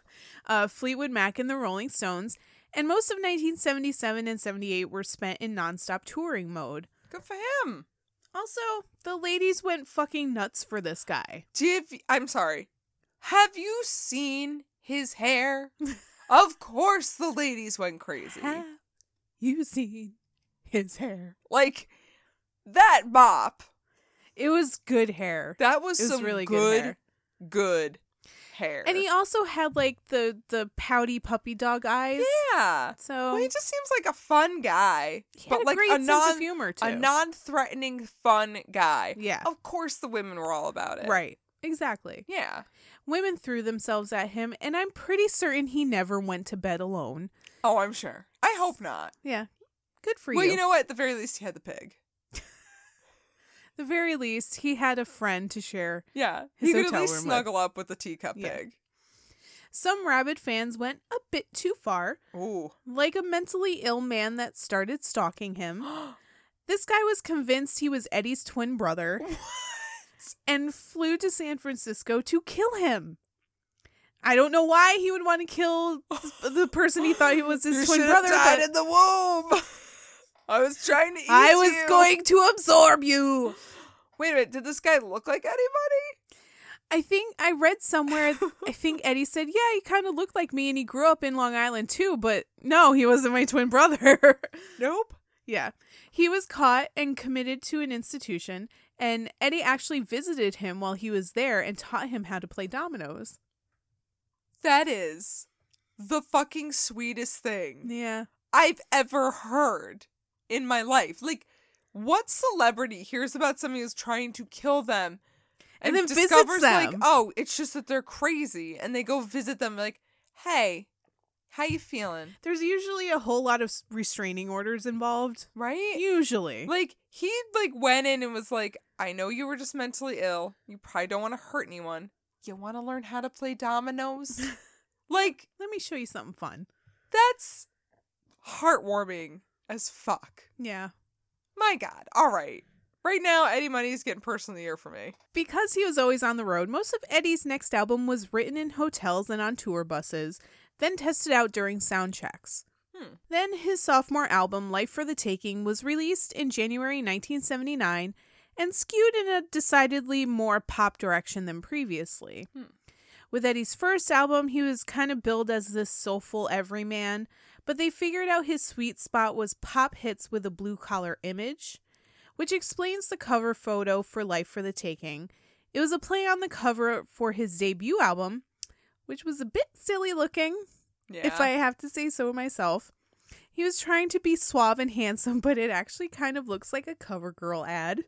[SPEAKER 1] Uh, Fleetwood Mac and the Rolling Stones. And most of 1977 and 78 were spent in nonstop touring mode.
[SPEAKER 2] Good for him.
[SPEAKER 1] Also, the ladies went fucking nuts for this guy.
[SPEAKER 2] Div, I'm sorry. Have you seen
[SPEAKER 1] [laughs]
[SPEAKER 2] his hair? of course the ladies went crazy.
[SPEAKER 1] Have you seen his hair?
[SPEAKER 2] Like that mop.
[SPEAKER 1] It was good hair.
[SPEAKER 2] That was,
[SPEAKER 1] It was
[SPEAKER 2] some
[SPEAKER 1] really good
[SPEAKER 2] good,
[SPEAKER 1] hair.
[SPEAKER 2] good hair.
[SPEAKER 1] And he also had like the the pouty puppy dog eyes.
[SPEAKER 2] yeah.
[SPEAKER 1] So
[SPEAKER 2] Well, he just seems like a fun guy,
[SPEAKER 1] he had
[SPEAKER 2] but
[SPEAKER 1] a
[SPEAKER 2] like
[SPEAKER 1] great
[SPEAKER 2] a
[SPEAKER 1] sense of
[SPEAKER 2] non
[SPEAKER 1] humor too.
[SPEAKER 2] a non-threatening fun guy.
[SPEAKER 1] yeah.
[SPEAKER 2] Of course the women were all about it.
[SPEAKER 1] Right. Exactly.
[SPEAKER 2] Yeah.
[SPEAKER 1] Women threw themselves at him and I'm pretty certain he never went to bed alone.
[SPEAKER 2] Oh, I'm sure. I hope not.
[SPEAKER 1] Yeah. Good for
[SPEAKER 2] well,
[SPEAKER 1] you.
[SPEAKER 2] you know what? At the very least he had the pig.
[SPEAKER 1] the very least he had a friend to share.
[SPEAKER 2] Yeah.
[SPEAKER 1] His
[SPEAKER 2] he could
[SPEAKER 1] hotel
[SPEAKER 2] at least
[SPEAKER 1] room, like-
[SPEAKER 2] snuggle up with the teacup
[SPEAKER 1] Yeah.
[SPEAKER 2] pig.
[SPEAKER 1] Some rabid fans went a bit too far, [gasps]
[SPEAKER 2] Ooh. [gasps]
[SPEAKER 1] like a mentally ill man that started stalking him. This guy was convinced he was Eddie's twin
[SPEAKER 2] [laughs]
[SPEAKER 1] brother and flew to San Francisco to kill him. I don't know why he would want to
[SPEAKER 2] [laughs]
[SPEAKER 1] kill the person he thought he was his
[SPEAKER 2] You
[SPEAKER 1] twin
[SPEAKER 2] should've
[SPEAKER 1] brother,
[SPEAKER 2] died
[SPEAKER 1] but
[SPEAKER 2] in the womb. [laughs] I was trying to eat
[SPEAKER 1] I was
[SPEAKER 2] you.
[SPEAKER 1] going to absorb you.
[SPEAKER 2] Wait a minute, did this guy look like anybody?
[SPEAKER 1] I think I read
[SPEAKER 2] [laughs]
[SPEAKER 1] somewhere, I think Eddie said, Yeah, he kind of looked like me and he grew up in Long Island too, but no, he wasn't my twin brother. [laughs]
[SPEAKER 2] Nope.
[SPEAKER 1] Yeah. He was caught and committed to an institution, and Eddie actually visited him while he was there and taught him how to play dominoes.
[SPEAKER 2] That is the fucking sweetest thing
[SPEAKER 1] Yeah.
[SPEAKER 2] I've ever heard in my life. Like, what celebrity hears about somebody who's trying to kill them
[SPEAKER 1] And then visits
[SPEAKER 2] discovers, like,
[SPEAKER 1] them.
[SPEAKER 2] oh, it's just that they're crazy, and they go visit them, like, hey, how you feeling?
[SPEAKER 1] There's usually a whole lot of s- restraining orders involved.
[SPEAKER 2] Right?
[SPEAKER 1] Usually.
[SPEAKER 2] Like he like went in and was like, "I know you were just mentally ill. You probably don't want to hurt anyone. You want to learn how to play
[SPEAKER 1] [laughs]
[SPEAKER 2] dominoes." like
[SPEAKER 1] Let me show you something fun.
[SPEAKER 2] that's heartwarming as fuck.
[SPEAKER 1] Yeah.
[SPEAKER 2] My god. All right. Right now, Eddie Money's getting person of the year for me.
[SPEAKER 1] Because he was always on the road, most of Eddie's next album was written in hotels and on tour buses, then tested out during sound checks.
[SPEAKER 2] Hmm.
[SPEAKER 1] Then his sophomore album, Life for the Taking, was released in January 1979 and skewed in a decidedly more pop direction than previously.
[SPEAKER 2] Hmm.
[SPEAKER 1] With Eddie's first album, he was kind of billed as this soulful everyman, but they figured out his sweet spot was pop hits with a blue collar image which explains the cover photo for Life for the Taking. It was a play on the cover for his debut album, which was a bit silly looking,
[SPEAKER 2] Yeah.
[SPEAKER 1] if I have to say so myself. He was trying to be suave and handsome, [laughs] but it actually kind of looks like a cover girl ad.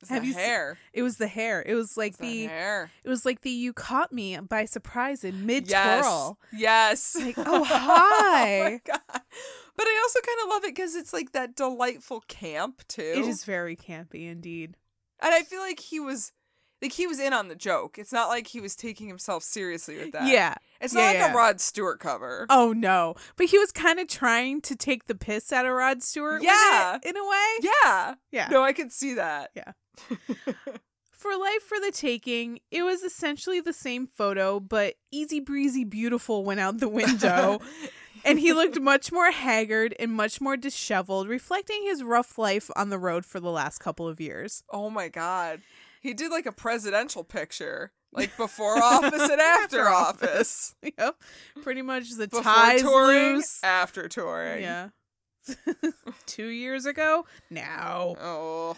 [SPEAKER 2] It's
[SPEAKER 1] have
[SPEAKER 2] the
[SPEAKER 1] you se-
[SPEAKER 2] hair.
[SPEAKER 1] It was the hair. It was like
[SPEAKER 2] It's
[SPEAKER 1] the
[SPEAKER 2] the hair.
[SPEAKER 1] it was like the you caught me by surprise in mid
[SPEAKER 2] Yes.
[SPEAKER 1] twirl.
[SPEAKER 2] Yes.
[SPEAKER 1] Like,
[SPEAKER 2] [laughs]
[SPEAKER 1] oh
[SPEAKER 2] Oh
[SPEAKER 1] hi.
[SPEAKER 2] my God. But I also kind of love it because it's like that delightful camp too.
[SPEAKER 1] it is very campy indeed.
[SPEAKER 2] and I feel like he was, like he was in on the joke. It's not like he was taking himself seriously with that.
[SPEAKER 1] Yeah.
[SPEAKER 2] it's
[SPEAKER 1] yeah,
[SPEAKER 2] not like
[SPEAKER 1] yeah.
[SPEAKER 2] a Rod Stewart cover.
[SPEAKER 1] Oh no! But he was kind of trying to take the piss out of Rod Stewart. with
[SPEAKER 2] Yeah.
[SPEAKER 1] it, in a way.
[SPEAKER 2] [laughs] yeah,
[SPEAKER 1] Yeah.
[SPEAKER 2] no, I could see that.
[SPEAKER 1] For life for the taking, it was essentially the same photo, but easy breezy beautiful went
[SPEAKER 2] [laughs]
[SPEAKER 1] out the window, and he looked much more haggard and much more disheveled, reflecting his rough life on the road for the last couple of years. [laughs]
[SPEAKER 2] Oh my god, he did like a presidential picture, like before office and
[SPEAKER 1] [laughs]
[SPEAKER 2] after
[SPEAKER 1] After [laughs]
[SPEAKER 2] office,
[SPEAKER 1] Yep, pretty much the
[SPEAKER 2] before
[SPEAKER 1] ties
[SPEAKER 2] touring,
[SPEAKER 1] loose.
[SPEAKER 2] after touring.
[SPEAKER 1] Yeah, [laughs] two years ago. Now.
[SPEAKER 2] Oh,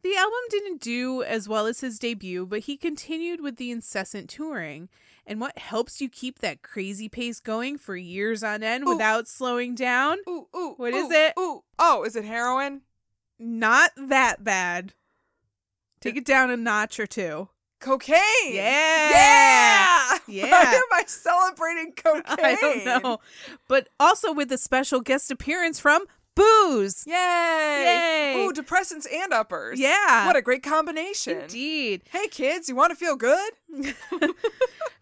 [SPEAKER 1] The album didn't do as well as his debut, but he continued with the incessant touring. And what helps you keep that crazy pace going for years on end
[SPEAKER 2] Ooh.
[SPEAKER 1] without slowing down?
[SPEAKER 2] ooh, ooh.
[SPEAKER 1] What
[SPEAKER 2] What
[SPEAKER 1] is
[SPEAKER 2] is
[SPEAKER 1] it?
[SPEAKER 2] Ooh, oh, is it heroin?
[SPEAKER 1] Not that bad. Take it down a notch or two.
[SPEAKER 2] Cocaine.
[SPEAKER 1] Yeah.
[SPEAKER 2] Yeah. [laughs]
[SPEAKER 1] Yeah.
[SPEAKER 2] Why am I celebrating cocaine?
[SPEAKER 1] [laughs] I don't know. But also with a special guest appearance from Booze.
[SPEAKER 2] Yay.
[SPEAKER 1] Yay.
[SPEAKER 2] Ooh, depressants and uppers.
[SPEAKER 1] Yeah.
[SPEAKER 2] What a great combination.
[SPEAKER 1] Indeed.
[SPEAKER 2] Hey kids, you want to feel good?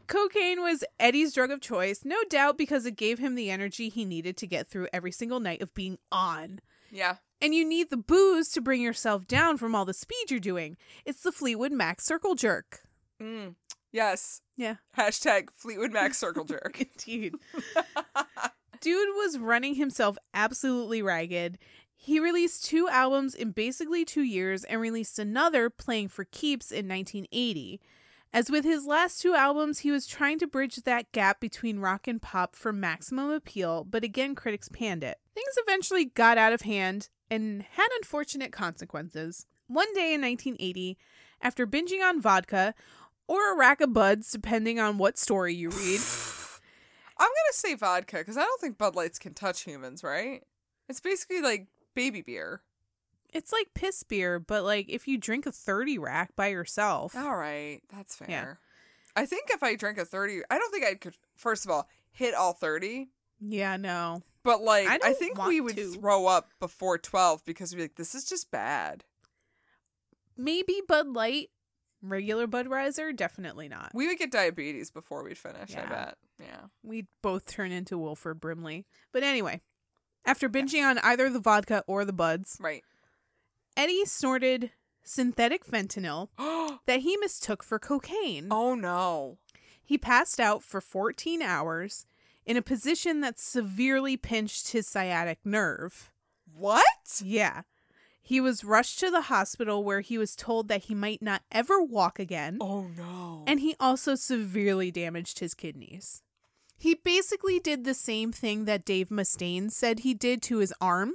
[SPEAKER 1] Cocaine was Eddie's drug of choice, no doubt because it gave him the energy he needed to get through every single night of being on.
[SPEAKER 2] Yeah.
[SPEAKER 1] And you need the booze to bring yourself down from all the speed you're doing. It's the Fleetwood Mac circle jerk.
[SPEAKER 2] Mm. Yes.
[SPEAKER 1] Yeah.
[SPEAKER 2] Hashtag Fleetwood
[SPEAKER 1] [laughs]
[SPEAKER 2] Mac circle jerk.
[SPEAKER 1] Indeed. Dude was running himself absolutely ragged. He released two albums in basically two years and released another, Playing for Keeps, in 1980. As with his last two albums, he was trying to bridge that gap between rock and pop for maximum appeal, but again, critics panned it. Things eventually got out of hand and had unfortunate consequences. One day in 1980, after binging on vodka or a rack of buds, depending on what story you read,
[SPEAKER 2] I'm going to say vodka cuz I don't think Bud Lights can touch humans, right? It's basically like baby
[SPEAKER 1] [sighs]
[SPEAKER 2] beer.
[SPEAKER 1] It's like piss beer, but like if you drink a 30 rack by yourself.
[SPEAKER 2] All right, that's fair.
[SPEAKER 1] Yeah.
[SPEAKER 2] I think if I drank a 30, I don't think I could first of all hit all 30.
[SPEAKER 1] Yeah, no.
[SPEAKER 2] But like,
[SPEAKER 1] I
[SPEAKER 2] I,
[SPEAKER 1] don't
[SPEAKER 2] think
[SPEAKER 1] want
[SPEAKER 2] we would
[SPEAKER 1] to.
[SPEAKER 2] throw up before twelve because we'd be like, this is just bad.
[SPEAKER 1] Maybe Bud Light, regular Budweiser, definitely not.
[SPEAKER 2] We would get diabetes before we'd finish. I
[SPEAKER 1] Yeah.
[SPEAKER 2] bet. Yeah.
[SPEAKER 1] We'd both turn into Wilford Brimley. But anyway, after binging on either the vodka or the buds,
[SPEAKER 2] Right.
[SPEAKER 1] Eddie snorted synthetic fentanyl
[SPEAKER 2] [gasps] oh
[SPEAKER 1] that he mistook for cocaine.
[SPEAKER 2] no.
[SPEAKER 1] He passed out for 14 hours in a position that severely pinched his sciatic nerve.
[SPEAKER 2] What?
[SPEAKER 1] Yeah. He was rushed to the hospital where he was told that he might not ever walk again.
[SPEAKER 2] Oh no.
[SPEAKER 1] And he also severely damaged his kidneys. He basically did the same thing that Dave Mustaine said he did to his arm.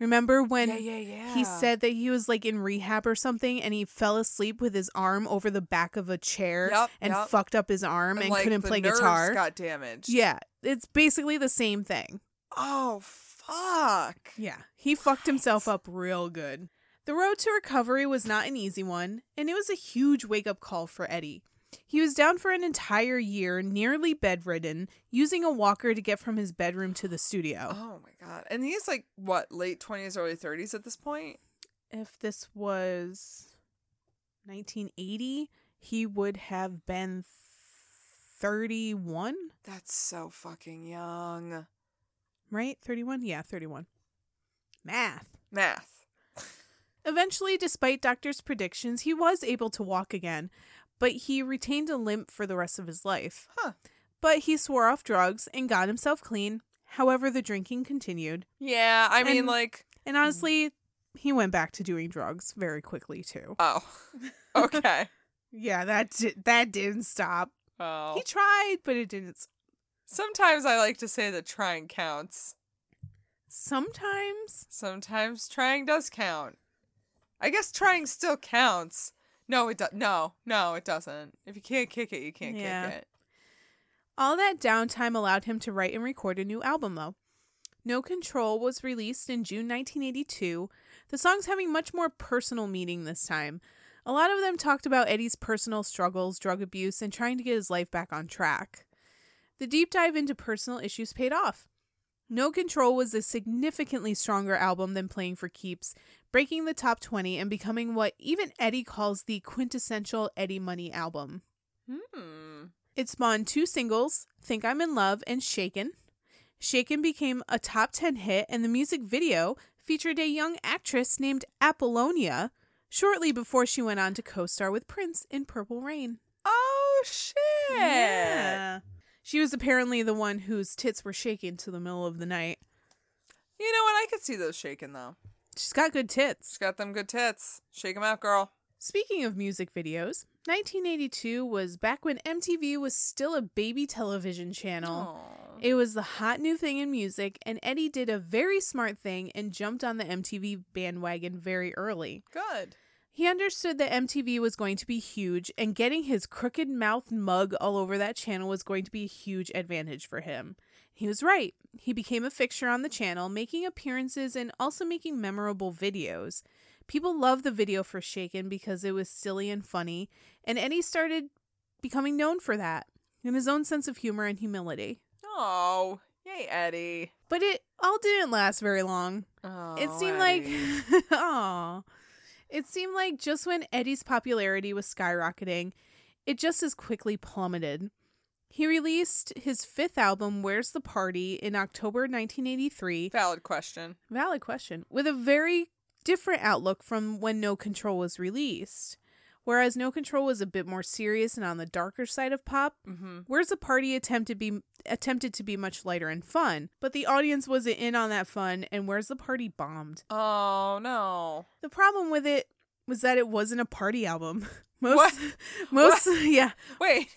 [SPEAKER 1] Remember when
[SPEAKER 2] yeah, yeah, yeah.
[SPEAKER 1] he said that he was like in rehab or something and he fell asleep with his arm over the back of a chair
[SPEAKER 2] Yup,
[SPEAKER 1] and
[SPEAKER 2] yup.
[SPEAKER 1] fucked up his arm and,
[SPEAKER 2] like,
[SPEAKER 1] couldn't
[SPEAKER 2] the
[SPEAKER 1] play
[SPEAKER 2] nerves
[SPEAKER 1] guitar?
[SPEAKER 2] Got damaged.
[SPEAKER 1] yeah, it's basically the same thing.
[SPEAKER 2] Oh fuck.
[SPEAKER 1] Yeah, he fucked himself up real good. The road to recovery was not an easy one, and it was a huge wake up call for Eddie. He was down for an entire year, nearly bedridden, using a walker to get from his bedroom to the studio.
[SPEAKER 2] Oh my god. And he's like what, late twenties, early thirties at this point?
[SPEAKER 1] If this was 1980, he would have been 31,
[SPEAKER 2] That's so fucking young.
[SPEAKER 1] right? 31? Yeah, 31. Math.
[SPEAKER 2] Math.
[SPEAKER 1] Eventually, despite doctors' predictions, he was able to walk again, but he retained a limp for the rest of his life.
[SPEAKER 2] Huh.
[SPEAKER 1] But he swore off drugs and got himself clean. However, the drinking continued.
[SPEAKER 2] Yeah, I mean,
[SPEAKER 1] And-
[SPEAKER 2] like,
[SPEAKER 1] And honestly, he went back to doing drugs very quickly too. [laughs]
[SPEAKER 2] oh, okay,
[SPEAKER 1] Yeah, that di- that didn't stop.
[SPEAKER 2] oh.
[SPEAKER 1] He tried, but it didn't. s-
[SPEAKER 2] Sometimes I like to say that trying counts.
[SPEAKER 1] Sometimes
[SPEAKER 2] Sometimes trying does count. I guess trying still counts. No, it does. No, no, it doesn't. If you can't kick it, you can't
[SPEAKER 1] Yeah.
[SPEAKER 2] kick it.
[SPEAKER 1] All that downtime allowed him to write and record a new album, though. No Control was released in June 1982, the songs having much more personal meaning this time. A lot of them talked about Eddie's personal struggles, drug abuse, and trying to get his life back on track. The deep dive into personal issues paid off. No Control was a significantly stronger album than Playing for Keeps, breaking the top 20 and becoming what even Eddie calls the quintessential Eddie Money album.
[SPEAKER 2] Hmm.
[SPEAKER 1] It spawned two singles, Think I'm in Love and Shaken. Shaken became a top 10 hit, and the music video featured a young actress named Apollonia shortly before she went on to co star with Prince in Purple Rain.
[SPEAKER 2] Oh shit!
[SPEAKER 1] She was apparently the one whose tits were shaking to the middle of the night.
[SPEAKER 2] You know what? I could see those shaking though.
[SPEAKER 1] She's got good tits.
[SPEAKER 2] She's got them good tits. Shake 'em out, girl.
[SPEAKER 1] Speaking of music videos, 1982 was back when MTV was still a baby television channel.
[SPEAKER 2] Aw.
[SPEAKER 1] It was the hot new thing in music, and Eddie did a very smart thing and jumped on the MTV bandwagon very early.
[SPEAKER 2] Good.
[SPEAKER 1] He understood that MTV was going to be huge, and getting his crooked mouth mug all over that channel was going to be a huge advantage for him. He was right. He became a fixture on the channel, making appearances and also making memorable videos. People loved the video for Shaken because it was silly and funny, and Eddie started becoming known for that and his own sense of humor and humility.
[SPEAKER 2] Oh, yay, Eddie.
[SPEAKER 1] But it all didn't last very long.
[SPEAKER 2] Oh,
[SPEAKER 1] it seemed
[SPEAKER 2] Eddie.
[SPEAKER 1] like [laughs] aw. It seemed like just when Eddie's popularity was skyrocketing, it just as quickly plummeted. He released his fifth album, Where's the Party, in October 1983.
[SPEAKER 2] valid question.
[SPEAKER 1] Valid question. With a very different outlook from when No Control was released. Whereas No Control was a bit more serious and on the darker side of pop,
[SPEAKER 2] Mm-hmm.
[SPEAKER 1] Where's the party attempted be attempted to be much lighter and fun, but the audience wasn't in on that fun and Where's the Party bombed.
[SPEAKER 2] Oh no.
[SPEAKER 1] The problem with it was that it wasn't a party album. [laughs] Most
[SPEAKER 2] What?
[SPEAKER 1] most [laughs] yeah.
[SPEAKER 2] Wait.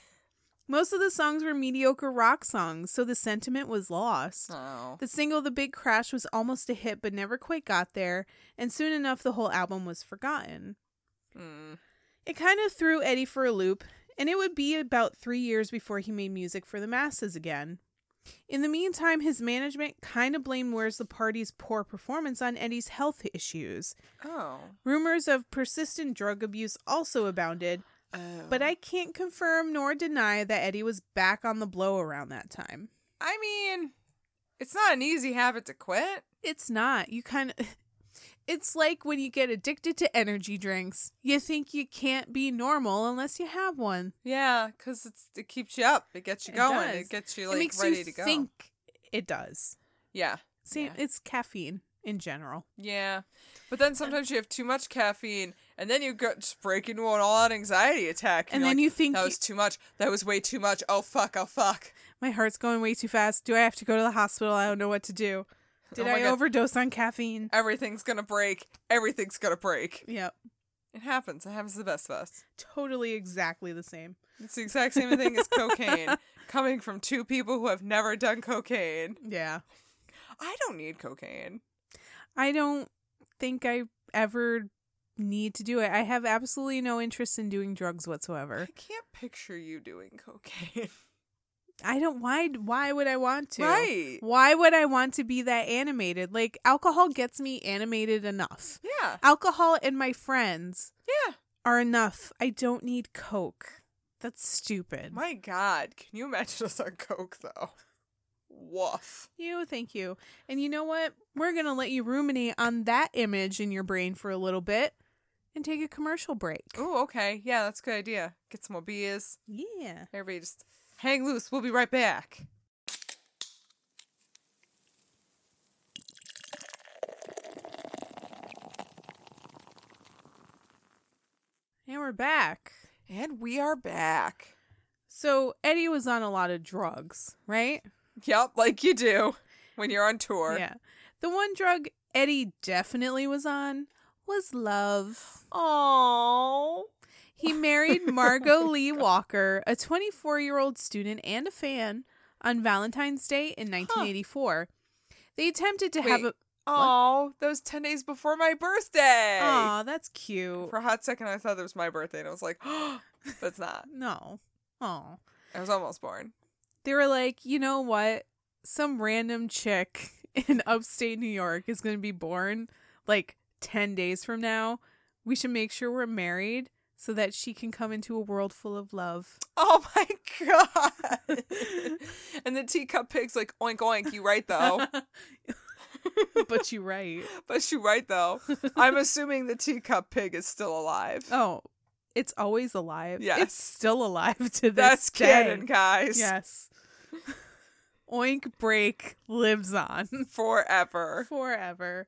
[SPEAKER 1] Most of the songs were mediocre rock songs, so the sentiment was lost.
[SPEAKER 2] Oh.
[SPEAKER 1] The single The Big Crash was almost a hit but never quite got there, and soon enough the whole album was forgotten.
[SPEAKER 2] Mm.
[SPEAKER 1] It kind of threw Eddie for a loop, and it would be about three years before he made music for the masses again. In the meantime, his management kind of blamed Where's the Party's poor performance on Eddie's health issues.
[SPEAKER 2] Oh.
[SPEAKER 1] Rumors of persistent drug abuse also abounded,
[SPEAKER 2] Oh.
[SPEAKER 1] but I can't confirm nor deny that Eddie was back on the blow around that time.
[SPEAKER 2] I mean, it's not an easy habit to quit.
[SPEAKER 1] It's not. You kind of. [laughs] It's like when you get addicted to energy drinks. You think you can't be normal unless you have one.
[SPEAKER 2] Yeah, because it's it keeps you up. It gets you
[SPEAKER 1] It
[SPEAKER 2] going.
[SPEAKER 1] does.
[SPEAKER 2] It gets you like
[SPEAKER 1] it makes
[SPEAKER 2] ready
[SPEAKER 1] you
[SPEAKER 2] to go.
[SPEAKER 1] think it does.
[SPEAKER 2] Yeah.
[SPEAKER 1] Same,
[SPEAKER 2] Yeah.
[SPEAKER 1] it's caffeine in general.
[SPEAKER 2] Yeah. But then sometimes you have too much caffeine and then you go just break into an all out anxiety attack.
[SPEAKER 1] And
[SPEAKER 2] you're
[SPEAKER 1] then
[SPEAKER 2] like,
[SPEAKER 1] you think
[SPEAKER 2] that
[SPEAKER 1] you-
[SPEAKER 2] was too much. That was way too much. Oh fuck, oh fuck.
[SPEAKER 1] My heart's going way too fast. Do I have to go to the hospital? I don't know what to
[SPEAKER 2] [laughs]
[SPEAKER 1] do. Did
[SPEAKER 2] Oh my
[SPEAKER 1] I
[SPEAKER 2] God.
[SPEAKER 1] overdose on
[SPEAKER 2] [laughs]
[SPEAKER 1] caffeine?
[SPEAKER 2] Everything's gonna break. Everything's gonna break.
[SPEAKER 1] Yep.
[SPEAKER 2] It happens. It happens to the best of us.
[SPEAKER 1] Totally exactly the same.
[SPEAKER 2] It's the exact same thing
[SPEAKER 1] [laughs]
[SPEAKER 2] as cocaine. Coming from two people who have never done cocaine.
[SPEAKER 1] Yeah.
[SPEAKER 2] I don't need cocaine.
[SPEAKER 1] I don't think I ever need to do it. I have absolutely no interest in doing drugs
[SPEAKER 2] I [laughs]
[SPEAKER 1] whatsoever.
[SPEAKER 2] can't picture you doing cocaine. [laughs]
[SPEAKER 1] I don't why why would I want to?
[SPEAKER 2] Right.
[SPEAKER 1] Why would I want to be that animated? Like alcohol gets me animated enough.
[SPEAKER 2] Yeah.
[SPEAKER 1] Alcohol and my friends
[SPEAKER 2] Yeah.
[SPEAKER 1] are enough. I don't need Coke. That's stupid.
[SPEAKER 2] My God. Can you imagine us on coke though? Woof.
[SPEAKER 1] You, thank you. And you know what? We're going to let you ruminate on that image in your brain for a little bit and take a commercial break.
[SPEAKER 2] Oh, okay. Yeah, that's a good idea. Get some more beers.
[SPEAKER 1] Yeah.
[SPEAKER 2] Everybody just hang loose. We'll be right back.
[SPEAKER 1] we're back.
[SPEAKER 2] And we are back.
[SPEAKER 1] So Eddie was on a lot of drugs, right?
[SPEAKER 2] Yep, like you do when you're on tour.
[SPEAKER 1] Yeah. The one drug Eddie definitely was on was love.
[SPEAKER 2] Oh.
[SPEAKER 1] He married Margot Lee Walker, a 24 year old student and a fan, on Valentine's Day in 1984. They attempted to have
[SPEAKER 2] Wait.
[SPEAKER 1] a.
[SPEAKER 2] Oh, that was 10 days before my birthday.
[SPEAKER 1] Aw, that's cute.
[SPEAKER 2] For a hot second, I thought it was my birthday, and I was like, [gasps] but it's not.
[SPEAKER 1] No. Oh.
[SPEAKER 2] I was almost born.
[SPEAKER 1] They were like, you know what? Some random chick [laughs] in upstate New York is going to be born like 10 days from now. We should make sure we're married so that she can come into a world full of love.
[SPEAKER 2] Oh my God. and the teacup pig's like, oink, oink, you right, though.
[SPEAKER 1] [laughs] but you're right.
[SPEAKER 2] but you right, though. I'm assuming the teacup pig is still alive.
[SPEAKER 1] Oh, it's always alive.
[SPEAKER 2] Yes.
[SPEAKER 1] It's still alive [laughs] to this
[SPEAKER 2] That's
[SPEAKER 1] day.
[SPEAKER 2] canon, guys.
[SPEAKER 1] Yes. [laughs] Oink break lives on
[SPEAKER 2] [laughs]
[SPEAKER 1] [laughs]
[SPEAKER 2] Forever.
[SPEAKER 1] forever.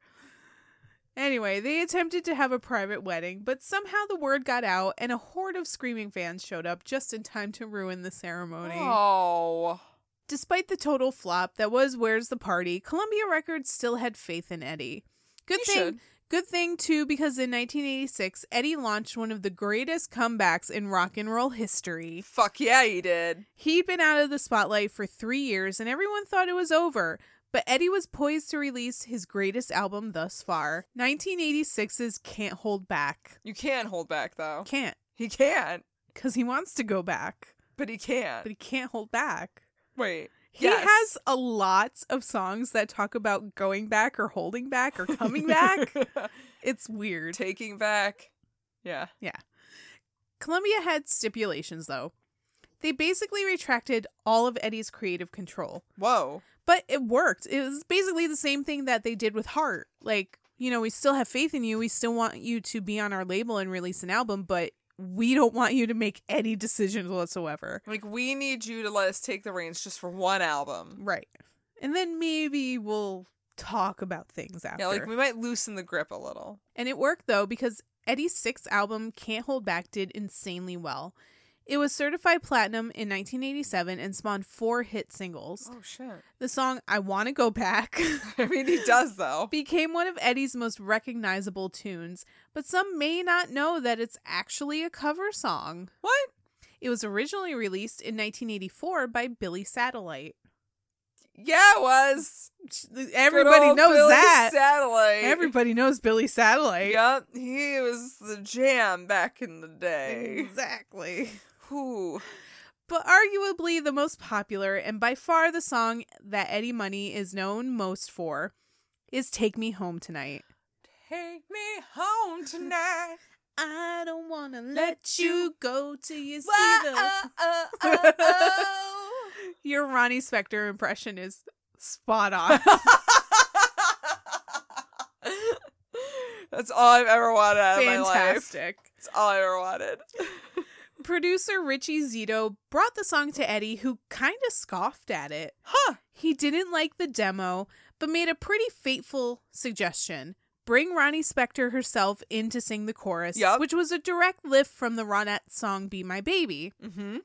[SPEAKER 1] Anyway, they attempted to have a private wedding, but somehow the word got out and a horde of screaming fans showed up just in time to ruin the ceremony.
[SPEAKER 2] Oh.
[SPEAKER 1] Despite the total flop that was Where's the Party, Columbia Records still had faith in Eddie. Good
[SPEAKER 2] You
[SPEAKER 1] thing
[SPEAKER 2] should.
[SPEAKER 1] Good thing too, because in 1986, Eddie launched one of the greatest comebacks in rock and roll history.
[SPEAKER 2] Fuck yeah, he did.
[SPEAKER 1] He'd been out of the spotlight for three years, and everyone thought it was over. But Eddie was poised to release his greatest album thus far 1986's Can't Hold Back.
[SPEAKER 2] You can hold back, though.
[SPEAKER 1] Can't,
[SPEAKER 2] He can't,
[SPEAKER 1] because he wants to go back,
[SPEAKER 2] but he can't.
[SPEAKER 1] but he can't hold back.
[SPEAKER 2] Wait.
[SPEAKER 1] He
[SPEAKER 2] Yes.
[SPEAKER 1] has a lot of songs that talk about going back or holding back or [laughs]
[SPEAKER 2] [laughs]
[SPEAKER 1] coming back. it's weird.
[SPEAKER 2] Taking back. Yeah.
[SPEAKER 1] Columbia had stipulations, though. They basically retracted all of Eddie's creative control,
[SPEAKER 2] Whoa.
[SPEAKER 1] but it worked. It was basically the same thing that they did with Heart. Like, you know, we still have faith in you. We still want you to be on our label and release an album, but we don't want you to make any decisions whatsoever.
[SPEAKER 2] Like, we need you to let us take the reins just for one album.
[SPEAKER 1] Right. And then maybe we'll talk about things after.
[SPEAKER 2] Yeah, like, we might loosen the grip a little.
[SPEAKER 1] And it worked though because Eddie's sixth album, Can't Hold Back, did insanely well. It was certified platinum in 1987 and spawned four hit singles.
[SPEAKER 2] [laughs] Oh, shit.
[SPEAKER 1] The song I Wanna Go Back [laughs]
[SPEAKER 2] I mean, he does, though.
[SPEAKER 1] became one of Eddie's most recognizable tunes, but some may not know that it's actually a cover song.
[SPEAKER 2] What?
[SPEAKER 1] It was originally released in 1984 by Billy Satellite.
[SPEAKER 2] Yeah, it was. Good
[SPEAKER 1] Everybody
[SPEAKER 2] old
[SPEAKER 1] knows
[SPEAKER 2] Billy
[SPEAKER 1] that.
[SPEAKER 2] Satellite.
[SPEAKER 1] Everybody knows Billy Satellite.
[SPEAKER 2] Yup. He was the jam back in the day.
[SPEAKER 1] Exactly.
[SPEAKER 2] Who?
[SPEAKER 1] but arguably the most popular and by far the song that Eddie Money is known most for is Take Me Home Tonight.
[SPEAKER 2] Take me home tonight. [laughs]
[SPEAKER 1] I don't want to let you go till you see
[SPEAKER 2] uh,
[SPEAKER 1] the.
[SPEAKER 2] Whoa-oh-oh-oh.
[SPEAKER 1] Your Ronnie Spector impression is [laughs] spot on.
[SPEAKER 2] [laughs] That's all I've ever wanted out of my life.
[SPEAKER 1] Fantastic.
[SPEAKER 2] That's all I ever [laughs] wanted.
[SPEAKER 1] Producer Richie Zito brought the song to Eddie, who kind of scoffed at it.
[SPEAKER 2] Huh.
[SPEAKER 1] He didn't like the demo, but made a pretty fateful suggestion. Bring Ronnie Spector herself in to sing the chorus,
[SPEAKER 2] Yup.
[SPEAKER 1] which was a direct lift from the Ronette song Be My Baby.
[SPEAKER 2] Mm-hmm.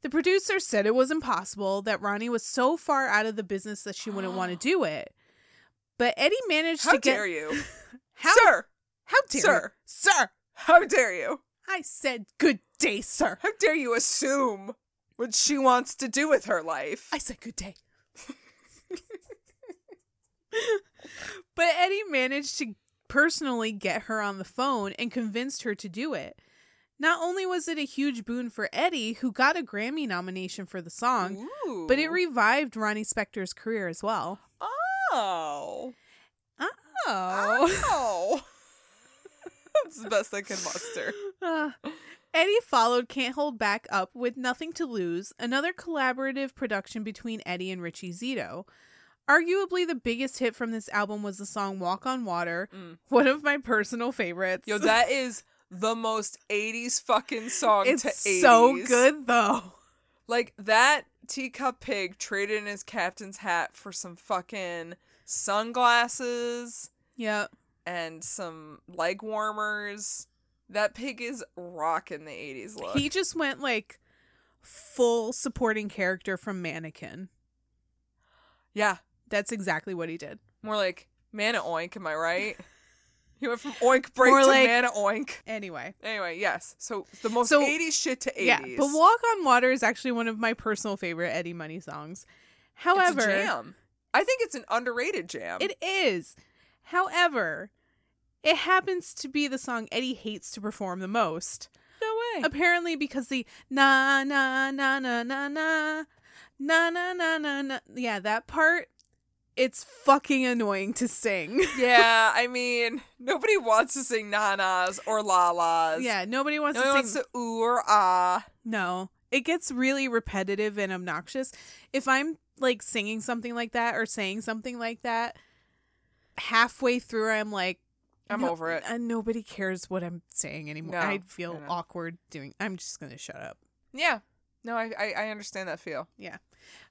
[SPEAKER 1] The producer said it was impossible, that Ronnie was so far out of the business that she wouldn't want to
[SPEAKER 2] [gasps]
[SPEAKER 1] do it. But Eddie managed
[SPEAKER 2] How
[SPEAKER 1] to get.
[SPEAKER 2] dare you,
[SPEAKER 1] How,
[SPEAKER 2] sir?
[SPEAKER 1] how dare you?
[SPEAKER 2] Sir,
[SPEAKER 1] Sir!
[SPEAKER 2] how dare you?
[SPEAKER 1] I said good day, sir.
[SPEAKER 2] How dare you assume what she wants to do with her life?
[SPEAKER 1] I said good day. but Eddie managed to personally get her on the phone and convinced her to do it. Not only was it a huge boon for Eddie, who got a Grammy nomination for the song,
[SPEAKER 2] Ooh.
[SPEAKER 1] but it revived Ronnie Spector's career as well.
[SPEAKER 2] oh
[SPEAKER 1] Oh. [laughs]
[SPEAKER 2] oh. That's the best I can muster.
[SPEAKER 1] Ah. Eddie followed Can't Hold Back Up with Nothing to Lose, another collaborative production between Eddie and Richie Zito. Arguably the biggest hit from this album was the song Walk on Water,
[SPEAKER 2] Mm.
[SPEAKER 1] one of my personal favorites. [laughs]
[SPEAKER 2] Yo, that is the most 80s fucking song
[SPEAKER 1] it's
[SPEAKER 2] to 80s.
[SPEAKER 1] so good though.
[SPEAKER 2] Like that teacup pig traded in his captain's hat for some fucking sunglasses
[SPEAKER 1] Yep.
[SPEAKER 2] and some leg warmers. That pig is rocking the 80s look.
[SPEAKER 1] He just went like full supporting character from Mannequin.
[SPEAKER 2] yeah,
[SPEAKER 1] That's exactly what he did.
[SPEAKER 2] more like mana oink, am
[SPEAKER 1] [laughs]
[SPEAKER 2] I right? he went from oink break
[SPEAKER 1] More
[SPEAKER 2] to
[SPEAKER 1] like-
[SPEAKER 2] mana oink.
[SPEAKER 1] Anyway.
[SPEAKER 2] Anyway, yes. So the most
[SPEAKER 1] So-
[SPEAKER 2] 80s shit to 80s.
[SPEAKER 1] Yeah. But Walk on Water is actually one of my personal favorite Eddie Money songs. However,
[SPEAKER 2] it's a jam. I think it's an underrated jam.
[SPEAKER 1] It is. However, it happens to be the song Eddie hates to perform the most.
[SPEAKER 2] no way.
[SPEAKER 1] Apparently because the na na na na na na na na na na na yeah, that part it's fucking annoying to [laughs] sing.
[SPEAKER 2] [laughs] yeah, I mean, nobody wants to sing nanas or lalas.
[SPEAKER 1] yeah, nobody wants
[SPEAKER 2] Nobody
[SPEAKER 1] to
[SPEAKER 2] wants
[SPEAKER 1] sing
[SPEAKER 2] to ooh or ah.
[SPEAKER 1] No. It gets really repetitive and obnoxious. If I'm like singing something like that or saying something like that, halfway through I'm like
[SPEAKER 2] I'm
[SPEAKER 1] No-
[SPEAKER 2] over it.
[SPEAKER 1] uh, nobody cares what I'm saying anymore.
[SPEAKER 2] No,
[SPEAKER 1] I feel
[SPEAKER 2] I know.
[SPEAKER 1] awkward doing. I'm just gonna shut up.
[SPEAKER 2] Yeah. No, I, I, I understand that feel.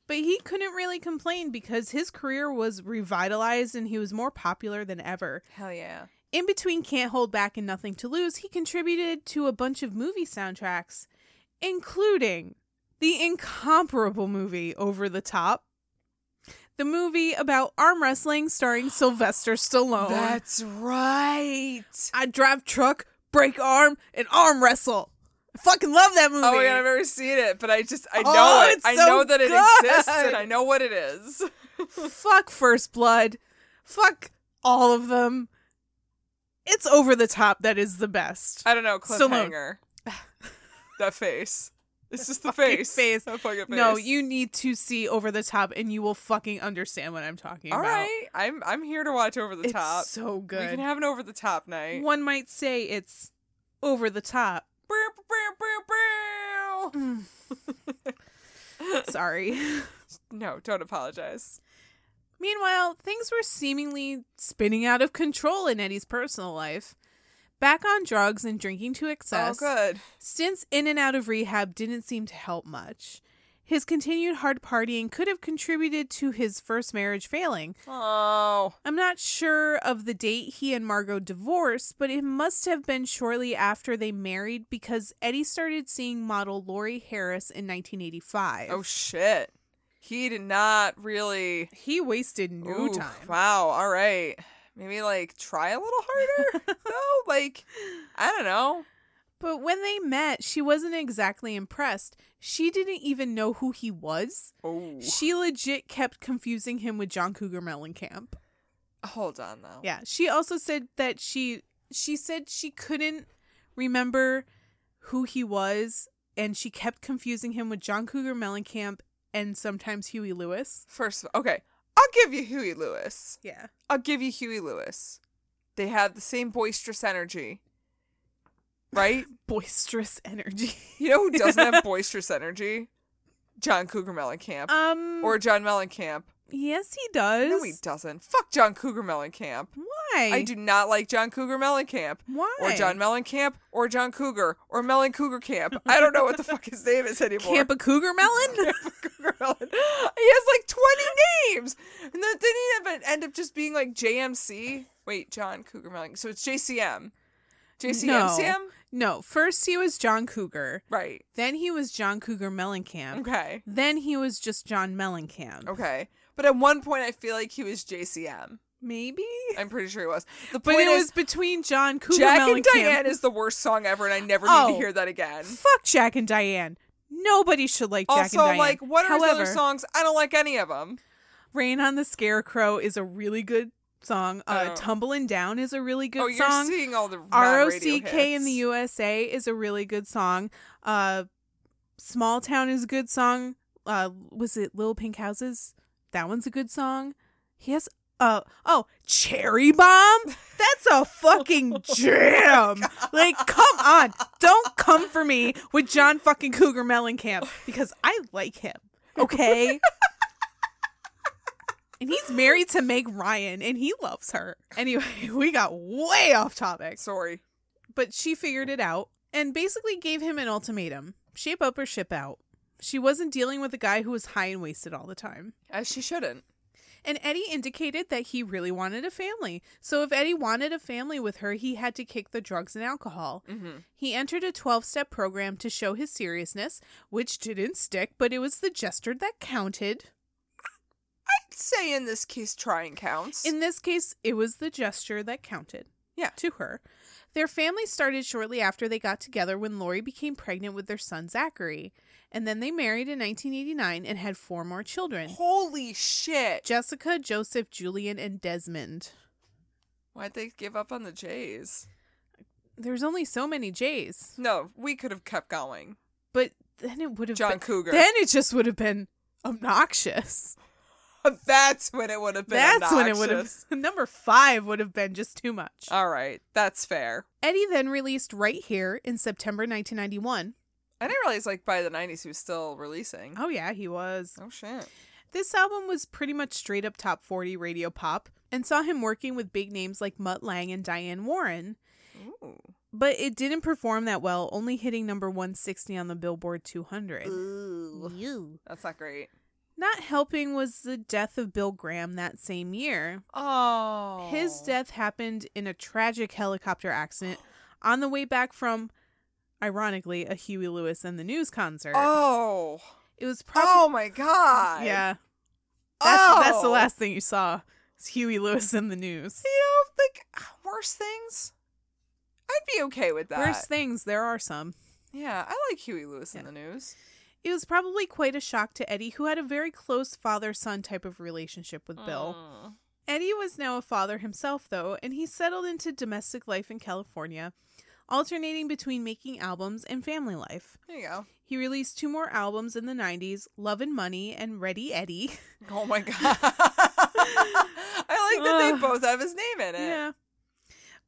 [SPEAKER 1] But he couldn't really complain because his career was revitalized and he was more popular than ever.
[SPEAKER 2] Hell yeah.
[SPEAKER 1] In between Can't Hold Back and Nothing to Lose, he contributed to a bunch of movie soundtracks, including the incomparable movie Over the Top, the movie about arm wrestling
[SPEAKER 2] [gasps]
[SPEAKER 1] starring Sylvester
[SPEAKER 2] Oh.
[SPEAKER 1] Stallone.
[SPEAKER 2] That's right.
[SPEAKER 1] I drive truck, break arm, and arm wrestle. I fucking love that movie.
[SPEAKER 2] Oh my god, I've never seen it, but I just I know
[SPEAKER 1] Oh,
[SPEAKER 2] it.
[SPEAKER 1] it's
[SPEAKER 2] I
[SPEAKER 1] so
[SPEAKER 2] know that it exists and
[SPEAKER 1] good.
[SPEAKER 2] I know what it is.
[SPEAKER 1] Fuck First Blood. Fuck all of them. It's over the top that is the best.
[SPEAKER 2] I don't know,
[SPEAKER 1] Stallone.
[SPEAKER 2] cliffhanger. [laughs] that face. It's just the
[SPEAKER 1] fucking
[SPEAKER 2] face.
[SPEAKER 1] face.
[SPEAKER 2] [laughs] That fucking face.
[SPEAKER 1] No, you need to see over the top and you will fucking understand what I'm talking
[SPEAKER 2] All
[SPEAKER 1] about.
[SPEAKER 2] right. I'm I'm here to watch over the
[SPEAKER 1] It's
[SPEAKER 2] top.
[SPEAKER 1] so
[SPEAKER 2] We
[SPEAKER 1] good.
[SPEAKER 2] can have an over the top night.
[SPEAKER 1] One might say it's over the
[SPEAKER 2] [laughs]
[SPEAKER 1] top.
[SPEAKER 2] Bow, bow, bow, bow.
[SPEAKER 1] Sorry. [laughs]
[SPEAKER 2] No, don't apologize.
[SPEAKER 1] Meanwhile, things were seemingly spinning out of control in Eddie's personal life. Back on drugs and drinking to excess.
[SPEAKER 2] Oh, good.
[SPEAKER 1] Stints in and out of rehab didn't seem to help much. His continued hard partying could have contributed to his first marriage failing.
[SPEAKER 2] Oh,
[SPEAKER 1] I'm not sure of the date he and Margot divorced, but it must have been shortly after they married because Eddie started seeing model Lori Harris in 1985.
[SPEAKER 2] oh shit. He did not really.
[SPEAKER 1] he wasted no
[SPEAKER 2] Ooh,
[SPEAKER 1] time.
[SPEAKER 2] Wow. All right. Maybe like try a little harder.
[SPEAKER 1] [laughs]
[SPEAKER 2] no, like I don't know.
[SPEAKER 1] But when they met, she wasn't exactly impressed. She didn't even know who he was.
[SPEAKER 2] Oh,
[SPEAKER 1] She legit kept confusing him with John Cougar Mellencamp.
[SPEAKER 2] Oh, hold on though.
[SPEAKER 1] Yeah. She also said that she she said she couldn't remember who he was and she kept confusing him with John Cougar Mellencamp and sometimes Huey Lewis.
[SPEAKER 2] First, of okay. I'll give you Huey Lewis.
[SPEAKER 1] Yeah.
[SPEAKER 2] I'll give you Huey Lewis. They have the same boisterous energy, right?
[SPEAKER 1] Boisterous [laughs]
[SPEAKER 2] [laughs]
[SPEAKER 1] energy.
[SPEAKER 2] you know who
[SPEAKER 1] [laughs]
[SPEAKER 2] doesn't have boisterous energy? John Cougar Mellencamp
[SPEAKER 1] Um
[SPEAKER 2] or John Mellencamp.
[SPEAKER 1] yes he does.
[SPEAKER 2] No, he doesn't. Fuck John Cougar Mellencamp.
[SPEAKER 1] Why?
[SPEAKER 2] I do not like John Cougar Mellencamp.
[SPEAKER 1] Why?
[SPEAKER 2] Or John Mellencamp, or John Cougar, or Melon Cougar Camp. I don't know what the fuck his name is anymore.
[SPEAKER 1] Camp a Cougar
[SPEAKER 2] [laughs]
[SPEAKER 1] Melon?
[SPEAKER 2] Cougar Melon. He has like 20 names! And then didn't he have an- end up just being like JMC? Wait, John Cougar Mellencamp. So it's JCM. JCM
[SPEAKER 1] No.
[SPEAKER 2] Sam?
[SPEAKER 1] no, first he was John Cougar,
[SPEAKER 2] Right.
[SPEAKER 1] then he was John Cougar Mellencamp,
[SPEAKER 2] Okay. Oh.
[SPEAKER 1] then he was just John Mellencamp.
[SPEAKER 2] Okay. But at one point, I feel like he was JCM.
[SPEAKER 1] Maybe?
[SPEAKER 2] I'm pretty sure he was. The
[SPEAKER 1] But
[SPEAKER 2] point
[SPEAKER 1] it
[SPEAKER 2] is,
[SPEAKER 1] was between John Cougar
[SPEAKER 2] Jack
[SPEAKER 1] Mellencamp
[SPEAKER 2] and Diane is the worst song ever, and I never need
[SPEAKER 1] Oh.
[SPEAKER 2] to hear that again.
[SPEAKER 1] Fuck Jack and Diane. Nobody should like Jack
[SPEAKER 2] also,
[SPEAKER 1] and Diane.
[SPEAKER 2] like, what are his
[SPEAKER 1] However,
[SPEAKER 2] other songs? I don't like any of them.
[SPEAKER 1] Rain on the Scarecrow is a really good song. Uh,
[SPEAKER 2] Oh.
[SPEAKER 1] Tumbling Down is a really good
[SPEAKER 2] oh, you're
[SPEAKER 1] song.
[SPEAKER 2] seeing all the non-radio
[SPEAKER 1] ROCK in the
[SPEAKER 2] hits.
[SPEAKER 1] USA is a really good song. Uh, Small Town is a good song. Uh, was it Little Pink Houses? That one's a good song. He has. Uh, oh, Cherry Bomb? That's a fucking jam. like, come on. Don't come for me with John fucking Cougar Mellencamp because I like him. Okay? and he's married to Meg Ryan and he loves her. Anyway, [laughs] we got way off topic
[SPEAKER 2] [laughs] Sorry.
[SPEAKER 1] but she figured it out and basically gave him an ultimatum shape up or ship out. She wasn't dealing with a guy who was high and wasted all the time.
[SPEAKER 2] As she Uh, shouldn't.
[SPEAKER 1] And Eddie indicated that he really wanted a family. So if Eddie wanted a family with her, he had to kick the drugs and alcohol.
[SPEAKER 2] Mhm.
[SPEAKER 1] He entered a 12 step program to show his seriousness, which didn't stick, but it was the gesture that counted.
[SPEAKER 2] I'd say in this case, trying counts.
[SPEAKER 1] In this case, it was the gesture that counted.
[SPEAKER 2] Yeah.
[SPEAKER 1] To her. Their family started shortly after they got together when Lori became pregnant with their son Zachary. And then they married in 1989 and had four more children
[SPEAKER 2] Holy shit!
[SPEAKER 1] Jessica, Joseph, Julian, and Desmond.
[SPEAKER 2] Why'd they give up on the Jays?
[SPEAKER 1] There's only so many J's,
[SPEAKER 2] No, we could have kept going.
[SPEAKER 1] but then it would have
[SPEAKER 2] John
[SPEAKER 1] been, [laughs]
[SPEAKER 2] Cougar. [laughs]
[SPEAKER 1] Then it just would have been obnoxious.
[SPEAKER 2] That's when it would have been.
[SPEAKER 1] That's when it would have.
[SPEAKER 2] obnoxious.
[SPEAKER 1] [laughs]
[SPEAKER 2] Uh,
[SPEAKER 1] Number five would have been just too much.
[SPEAKER 2] [laughs] All right, that's fair.
[SPEAKER 1] Eddie then released Right Here in September 1991.
[SPEAKER 2] I didn't realize like by the '90s he was still releasing.
[SPEAKER 1] Oh yeah, he was.
[SPEAKER 2] Oh shit!
[SPEAKER 1] This album was pretty much straight up top 40 radio pop and saw him working with big names like Mutt Lang and Diane Warren,
[SPEAKER 2] Ooh.
[SPEAKER 1] but it didn't perform that well, only hitting number 160 on the Billboard 200.
[SPEAKER 2] Ooh.
[SPEAKER 1] You.
[SPEAKER 2] That's not great.
[SPEAKER 1] Not helping was the death of Bill Graham that same year.
[SPEAKER 2] Oh.
[SPEAKER 1] His death happened in a tragic helicopter accident on the way back from, ironically, a Huey Lewis and the News concert.
[SPEAKER 2] Oh.
[SPEAKER 1] It was probably.
[SPEAKER 2] oh my god.
[SPEAKER 1] Yeah. That's, that's the
[SPEAKER 2] Oh.
[SPEAKER 1] last thing you saw. It's Huey Lewis in the news.
[SPEAKER 2] You know, like worse things. I'd be okay with that.
[SPEAKER 1] Worst things, there are some.
[SPEAKER 2] Yeah, I like Huey Lewis in the news.
[SPEAKER 1] It was probably quite a shock to Eddie, who had a very close father son type of relationship with Bill.
[SPEAKER 2] Mm.
[SPEAKER 1] Eddie was now a father himself, though, and he settled into domestic life in California, alternating between making albums and family life.
[SPEAKER 2] There you go.
[SPEAKER 1] He released two more albums in the 90s Love and Money and Ready Eddie.
[SPEAKER 2] Oh my god. [laughs] I like that they
[SPEAKER 1] Ugh.
[SPEAKER 2] both have his
[SPEAKER 1] [laughs]
[SPEAKER 2] name in it.
[SPEAKER 1] yeah.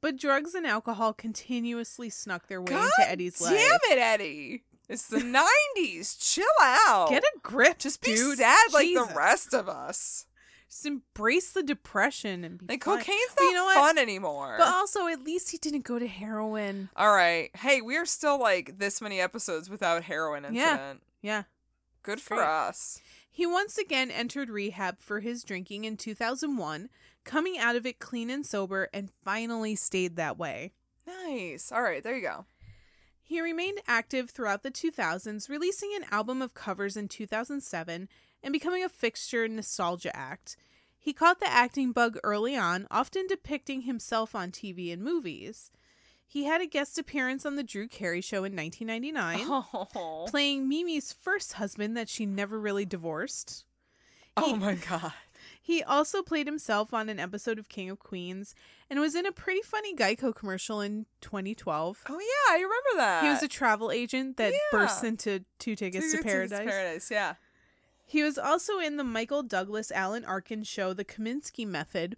[SPEAKER 1] But drugs and alcohol continuously snuck their way
[SPEAKER 2] God
[SPEAKER 1] into Eddie's
[SPEAKER 2] Damn
[SPEAKER 1] life.
[SPEAKER 2] it, Eddie. It's the 90s. Chill out.
[SPEAKER 1] Get a grip.
[SPEAKER 2] Just be
[SPEAKER 1] dude.
[SPEAKER 2] sad like
[SPEAKER 1] Jesus.
[SPEAKER 2] the rest of us.
[SPEAKER 1] Just embrace the depression and be
[SPEAKER 2] Like,
[SPEAKER 1] fine.
[SPEAKER 2] cocaine's
[SPEAKER 1] But
[SPEAKER 2] not
[SPEAKER 1] you know what?
[SPEAKER 2] fun anymore.
[SPEAKER 1] But uh, also, at least he didn't go to heroin.
[SPEAKER 2] All right. Hey, we are still like this many episodes without heroin incident.
[SPEAKER 1] Yeah. Yeah.
[SPEAKER 2] Good for
[SPEAKER 1] Great.
[SPEAKER 2] us.
[SPEAKER 1] He once again entered rehab for his drinking in 2001, coming out of it clean and sober, and finally stayed that way.
[SPEAKER 2] Nice. All right. There you go.
[SPEAKER 1] He remained active throughout the 2000s, releasing an album of covers in 2007 and becoming a fixture in Nostalgia Act. He caught the acting bug early on, often depicting himself on TV and movies. He had a guest appearance on The Drew Carey Show in
[SPEAKER 2] [laughs]
[SPEAKER 1] 1999.
[SPEAKER 2] Oh.
[SPEAKER 1] playing Mimi's first husband that she never really divorced.
[SPEAKER 2] oh my God.
[SPEAKER 1] He also played himself on an episode of King of Queens and was in a pretty funny Geico commercial in 2012.
[SPEAKER 2] Oh, yeah. I remember that.
[SPEAKER 1] He was a travel agent that
[SPEAKER 2] Yeah.
[SPEAKER 1] bursts into Two Tickets
[SPEAKER 2] Tickets
[SPEAKER 1] to Paradise.
[SPEAKER 2] Paradise. Yeah.
[SPEAKER 1] He was also in the Michael Douglas Alan Arkin show The Kaminsky Method,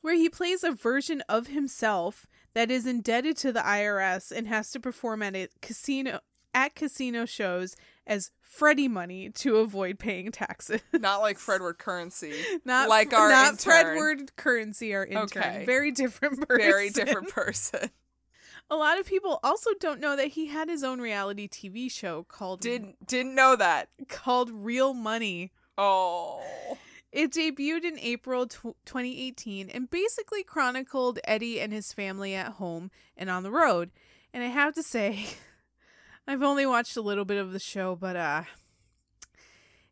[SPEAKER 1] where he plays a version of himself that is indebted to the IRS and has to perform at a casino at casino shows as Freddy money to avoid paying taxes. [laughs]
[SPEAKER 2] Not like Fredward Currency.
[SPEAKER 1] Not
[SPEAKER 2] Like our
[SPEAKER 1] not
[SPEAKER 2] intern.
[SPEAKER 1] Fredward currency our intern.
[SPEAKER 2] Okay.
[SPEAKER 1] Very different person.
[SPEAKER 2] Very different person.
[SPEAKER 1] A lot of people also don't know that he had his own reality TV show called
[SPEAKER 2] Didn't didn't know that.
[SPEAKER 1] called Real Money.
[SPEAKER 2] Oh.
[SPEAKER 1] It debuted in April tw 2018 and basically chronicled Eddie and his family at home and on the road. And I have to say, [laughs] I've only watched a little bit of the show, but uh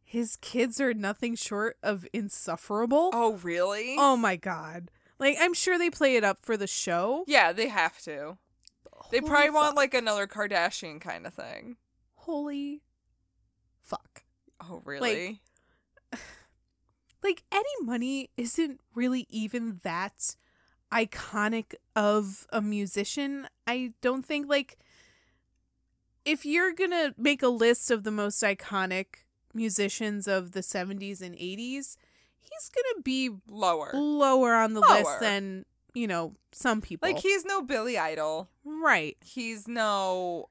[SPEAKER 1] his kids are nothing short of insufferable. Oh,
[SPEAKER 2] Oh, really?
[SPEAKER 1] my god. Like I'm sure they play it up for the show.
[SPEAKER 2] Yeah, they have to. They
[SPEAKER 1] Holy
[SPEAKER 2] probably want
[SPEAKER 1] fuck.
[SPEAKER 2] like another Kardashian kind of thing.
[SPEAKER 1] holy fuck.
[SPEAKER 2] Oh, really?
[SPEAKER 1] Like Eddie Money isn't really even that iconic of a musician. I don't think like if you're going to make a list of the most iconic musicians of the 70s and 80s, he's going to be
[SPEAKER 2] Lower.
[SPEAKER 1] lower on the
[SPEAKER 2] Lower.
[SPEAKER 1] list than, you know, some people.
[SPEAKER 2] Like he's no Billy Idol.
[SPEAKER 1] right.
[SPEAKER 2] He's no.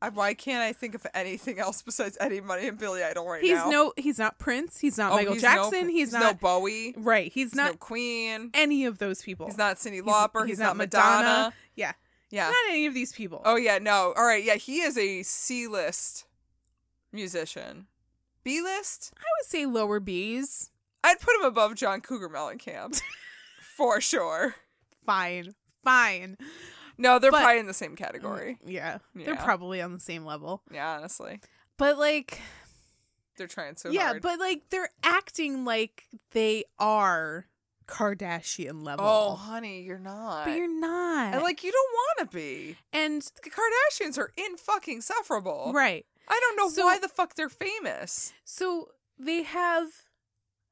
[SPEAKER 2] I, why can't I think of anything else besides Eddie Money and Billy Idol right
[SPEAKER 1] He's
[SPEAKER 2] now?
[SPEAKER 1] no he's not Prince, he's not
[SPEAKER 2] Oh,
[SPEAKER 1] Michael
[SPEAKER 2] he's no-
[SPEAKER 1] Jackson, he's,
[SPEAKER 2] no
[SPEAKER 1] not
[SPEAKER 2] Bowie.
[SPEAKER 1] right, he's,
[SPEAKER 2] He's
[SPEAKER 1] not
[SPEAKER 2] no Queen.
[SPEAKER 1] any of those people.
[SPEAKER 2] He's not Cindy
[SPEAKER 1] He's-
[SPEAKER 2] Lauper. He's, not, Madonna.
[SPEAKER 1] Yeah.
[SPEAKER 2] Yeah.
[SPEAKER 1] Not any of these people.
[SPEAKER 2] oh yeah. No. All right. Yeah. He is a C list musician. B list.
[SPEAKER 1] I would say lower B's.
[SPEAKER 2] I'd put him above John
[SPEAKER 1] [laughs]
[SPEAKER 2] Cougar Mellencamp for sure.
[SPEAKER 1] Fine. Fine.
[SPEAKER 2] No, they're
[SPEAKER 1] But-
[SPEAKER 2] probably in the same category.
[SPEAKER 1] Yeah. They're
[SPEAKER 2] Yeah.
[SPEAKER 1] probably on the same level.
[SPEAKER 2] Yeah, honestly,
[SPEAKER 1] But like
[SPEAKER 2] they're trying so
[SPEAKER 1] yeah,
[SPEAKER 2] hard.
[SPEAKER 1] but like they're acting like they are Kardashian level.
[SPEAKER 2] oh, honey, you're not.
[SPEAKER 1] but you're not.
[SPEAKER 2] and like you don't want to be.
[SPEAKER 1] and
[SPEAKER 2] The Kardashians are insufferable. sufferable.
[SPEAKER 1] right.
[SPEAKER 2] I don't know
[SPEAKER 1] So-
[SPEAKER 2] why the fuck they're famous.
[SPEAKER 1] So they have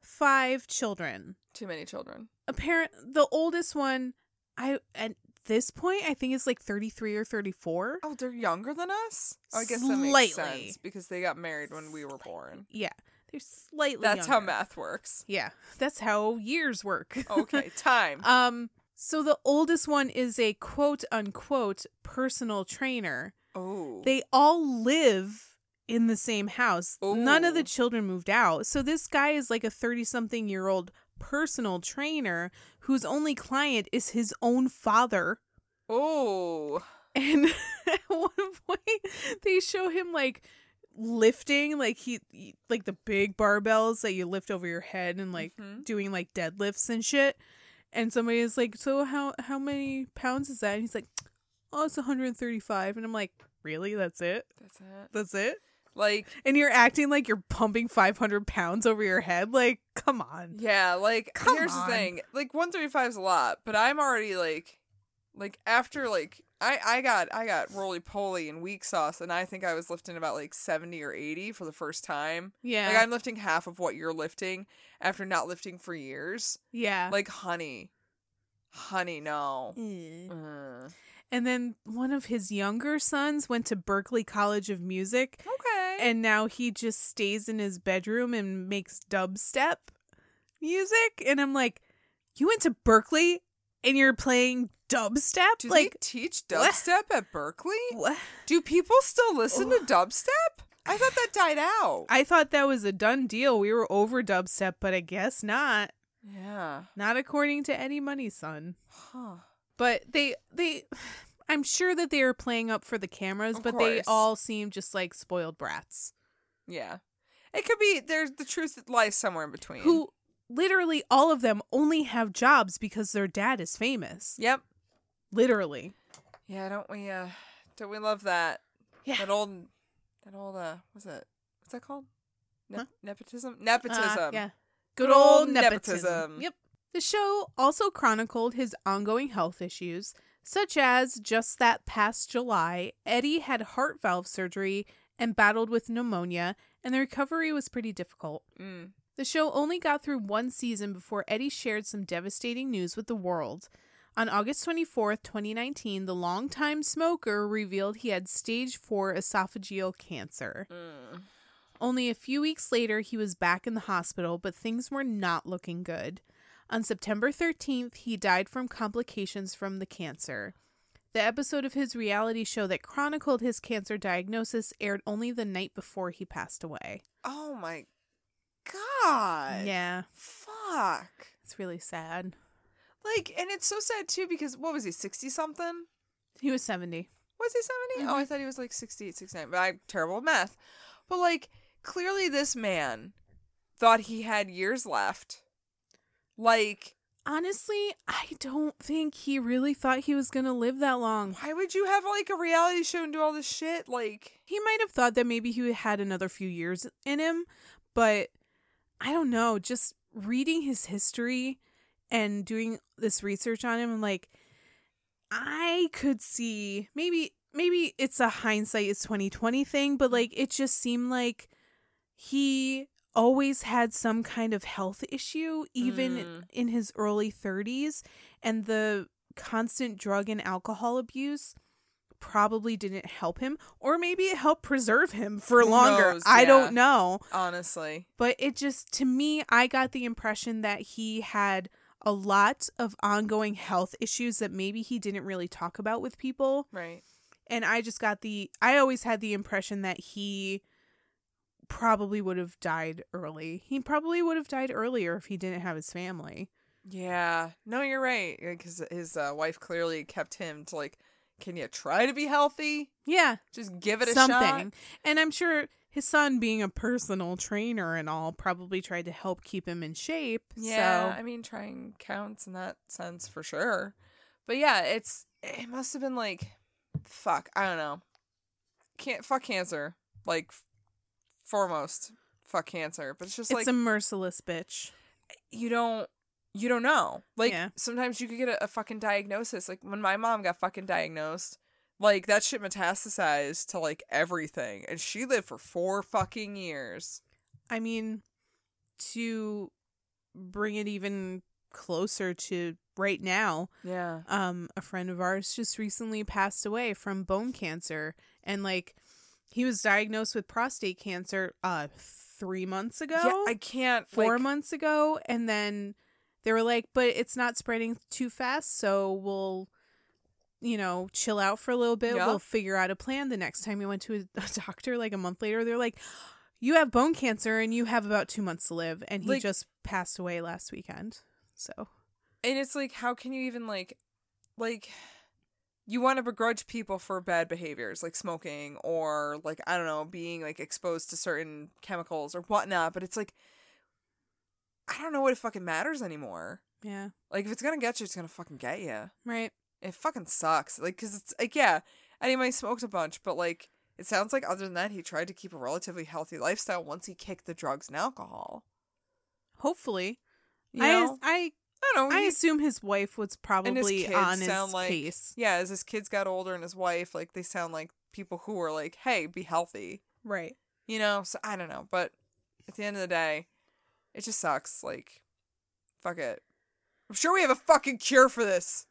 [SPEAKER 1] five children.
[SPEAKER 2] Too many children.
[SPEAKER 1] Apparent the oldest one I at this point I think is like 33 or 34.
[SPEAKER 2] Oh, they're younger than us. Oh, I guess that makes
[SPEAKER 1] Slightly.
[SPEAKER 2] sense because they got married when we were born.
[SPEAKER 1] Yeah. They're slightly
[SPEAKER 2] That's how
[SPEAKER 1] younger.
[SPEAKER 2] math
[SPEAKER 1] [laughs]
[SPEAKER 2] Oh. works.
[SPEAKER 1] Yeah. That's how years work.
[SPEAKER 2] Okay, time.
[SPEAKER 1] [laughs] Um, so the oldest one is a quote unquote personal trainer.
[SPEAKER 2] oh,
[SPEAKER 1] They all live in the same house. None of the
[SPEAKER 2] Ooh.
[SPEAKER 1] children moved out. So this guy is like a 30 something year old personal trainer whose only client is his own father.
[SPEAKER 2] oh,
[SPEAKER 1] [laughs] And at one point, they show him like lifting, like he, he- like the big barbells that you lift over your head and like
[SPEAKER 2] Mhm.
[SPEAKER 1] doing like deadlifts and shit. And somebody is like, "So how how many pounds is that?" And he's like, "Oh, it's 135." And I'm like, "Really? That's it?
[SPEAKER 2] that's it.
[SPEAKER 1] That's it?"
[SPEAKER 2] Like,
[SPEAKER 1] And you're acting like you're pumping 500 pounds over your head. Like, come on.
[SPEAKER 2] yeah, like
[SPEAKER 1] Come
[SPEAKER 2] here's
[SPEAKER 1] on.
[SPEAKER 2] the thing. Like 135 is a lot, but I'm already like, like after like I I got I got roly poly and weak sauce, and I think I was lifting about like 70 or 80 for the first time.
[SPEAKER 1] Yeah.
[SPEAKER 2] Like I'm lifting half of what you're lifting after not lifting for years.
[SPEAKER 1] yeah.
[SPEAKER 2] Like honey, honey, no.
[SPEAKER 1] Mm.
[SPEAKER 2] Mm.
[SPEAKER 1] and then one of his younger sons went to Berkeley College of Music
[SPEAKER 2] Okay.
[SPEAKER 1] and now he just stays in his bedroom and makes dubstep music and i'm like you went to berkeley and you're playing dubstep
[SPEAKER 2] Do
[SPEAKER 1] like
[SPEAKER 2] they teach
[SPEAKER 1] what?
[SPEAKER 2] dubstep at Berkeley?
[SPEAKER 1] wha-
[SPEAKER 2] Do people still listen to dubstep? I thought that died out.
[SPEAKER 1] i thought that was a done deal we were over dubstep but i guess not
[SPEAKER 2] yeah.
[SPEAKER 1] not according to eddie money's son
[SPEAKER 2] Huh.
[SPEAKER 1] but they they [sighs] i'm sure that they are playing up for the cameras
[SPEAKER 2] Of
[SPEAKER 1] but they
[SPEAKER 2] course.
[SPEAKER 1] all seem just like spoiled brats
[SPEAKER 2] Yeah. It could be there's the truth that lies somewhere in between.
[SPEAKER 1] who literally all of them only have jobs because their dad is famous
[SPEAKER 2] Yep.
[SPEAKER 1] literally
[SPEAKER 2] Yeah, don't we uh don't we love that?
[SPEAKER 1] Yeah.
[SPEAKER 2] That old that old uh what's it what's that called? Ne-
[SPEAKER 1] Huh?
[SPEAKER 2] Nepotism?
[SPEAKER 1] Uh,
[SPEAKER 2] Nepotism.
[SPEAKER 1] yeah.
[SPEAKER 2] Good
[SPEAKER 1] Good old
[SPEAKER 2] old
[SPEAKER 1] nepotism.
[SPEAKER 2] nepotism.
[SPEAKER 1] Yep. The show also chronicled his ongoing health issues, such as just that past July, Eddie had heart valve surgery and battled with pneumonia, and the recovery was pretty difficult.
[SPEAKER 2] Mm.
[SPEAKER 1] The show only got through one season before Eddie shared some devastating news with the world. On August 24th, 2019, the longtime smoker revealed he had stage 4 esophageal cancer.
[SPEAKER 2] Mm.
[SPEAKER 1] Only a few weeks later, he was back in the hospital, but things were not looking good. On September 13th, he died from complications from the cancer. The episode of his reality show that chronicled his cancer diagnosis aired only the night before he passed away.
[SPEAKER 2] Oh my god.
[SPEAKER 1] Yeah,
[SPEAKER 2] Fuck.
[SPEAKER 1] it's really sad.
[SPEAKER 2] Like, and it's so sad too because what was he, 60 something?
[SPEAKER 1] He was 70.
[SPEAKER 2] Was he 70? Oh, I thought he was like 68, 69, but I'm terrible at math. But like, clearly this man thought he had years left. Like,
[SPEAKER 1] Honestly, I don't think he really thought he was going to live that long.
[SPEAKER 2] why would you have like a reality show and do all this shit? Like,
[SPEAKER 1] He might have thought that maybe he had another few years in him, but I don't know. Just reading his history and doing this research on him, I'm like, I could see maybe maybe it's a hindsight is twenty twenty thing, but like it just seemed like he always had some kind of health issue, even
[SPEAKER 2] Mm.
[SPEAKER 1] in his early thirties, and the constant drug and alcohol abuse probably didn't help him or maybe it helped preserve him for
[SPEAKER 2] Who
[SPEAKER 1] longer
[SPEAKER 2] knows?
[SPEAKER 1] i
[SPEAKER 2] Yeah.
[SPEAKER 1] don't know
[SPEAKER 2] honestly.
[SPEAKER 1] but it just to me i got the impression that he had a lot of ongoing health issues that maybe he didn't really talk about with people
[SPEAKER 2] Right.
[SPEAKER 1] and i just got the i always had the impression that he probably would have died early he probably would have died earlier if he didn't have his family
[SPEAKER 2] Yeah. No, you're right. Because his uh, wife clearly kept him to like, can you try to be healthy?
[SPEAKER 1] yeah
[SPEAKER 2] Just give it a shot.
[SPEAKER 1] something and i'm sure his son, being a personal trainer and all, probably tried to help keep him in shape.
[SPEAKER 2] Yeah,
[SPEAKER 1] So
[SPEAKER 2] I mean, trying counts in that sense for sure. But yeah, it's it must have been like, fuck, I don't know. Can't fuck cancer like f- foremost. Fuck cancer, but it's just
[SPEAKER 1] it's
[SPEAKER 2] like
[SPEAKER 1] a merciless bitch.
[SPEAKER 2] you don't you don't know. Like
[SPEAKER 1] Yeah.
[SPEAKER 2] sometimes you could get a, a fucking diagnosis. Like when my mom got fucking diagnosed, like that shit metastasized to like everything, and she lived for four fucking years.
[SPEAKER 1] I mean, to bring it even closer to right now,
[SPEAKER 2] Yeah.
[SPEAKER 1] um a friend of ours just recently passed away from bone cancer and like he was diagnosed with prostate cancer uh 3 months ago
[SPEAKER 2] Yeah, I can't.
[SPEAKER 1] 4
[SPEAKER 2] like,
[SPEAKER 1] months ago and then they were like but it's not spreading too fast so we'll you know chill out for a little bit
[SPEAKER 2] Yeah.
[SPEAKER 1] we'll figure out a plan the next time he went to a, [laughs] a doctor like a month later they're like you have bone cancer and you have about 2 months to live and he
[SPEAKER 2] Like-
[SPEAKER 1] just passed away last weekend so
[SPEAKER 2] and it's like how can you even like like you want to begrudge people for bad behaviors like smoking or like i don't know being like exposed to certain chemicals or whatnot but it's like i don't know what it fucking matters anymore
[SPEAKER 1] yeah
[SPEAKER 2] like if it's gonna get you it's gonna fucking get you
[SPEAKER 1] right
[SPEAKER 2] it fucking sucks like because it's like yeah anyway smoked a bunch but like it sounds like other than that he tried to keep a relatively healthy lifestyle once he kicked the drugs and alcohol
[SPEAKER 1] hopefully
[SPEAKER 2] you
[SPEAKER 1] I,
[SPEAKER 2] know?
[SPEAKER 1] I
[SPEAKER 2] i don't know
[SPEAKER 1] I
[SPEAKER 2] he-
[SPEAKER 1] assume his wife was
[SPEAKER 2] and his
[SPEAKER 1] probably
[SPEAKER 2] kids
[SPEAKER 1] on his
[SPEAKER 2] sound like
[SPEAKER 1] case.
[SPEAKER 2] yeah as his kids got older and his wife like they sound like people who were like hey be healthy
[SPEAKER 1] Right.
[SPEAKER 2] you know so i don't know but at the end of the day it just sucks like fuck it i'm sure we have a fucking cure for this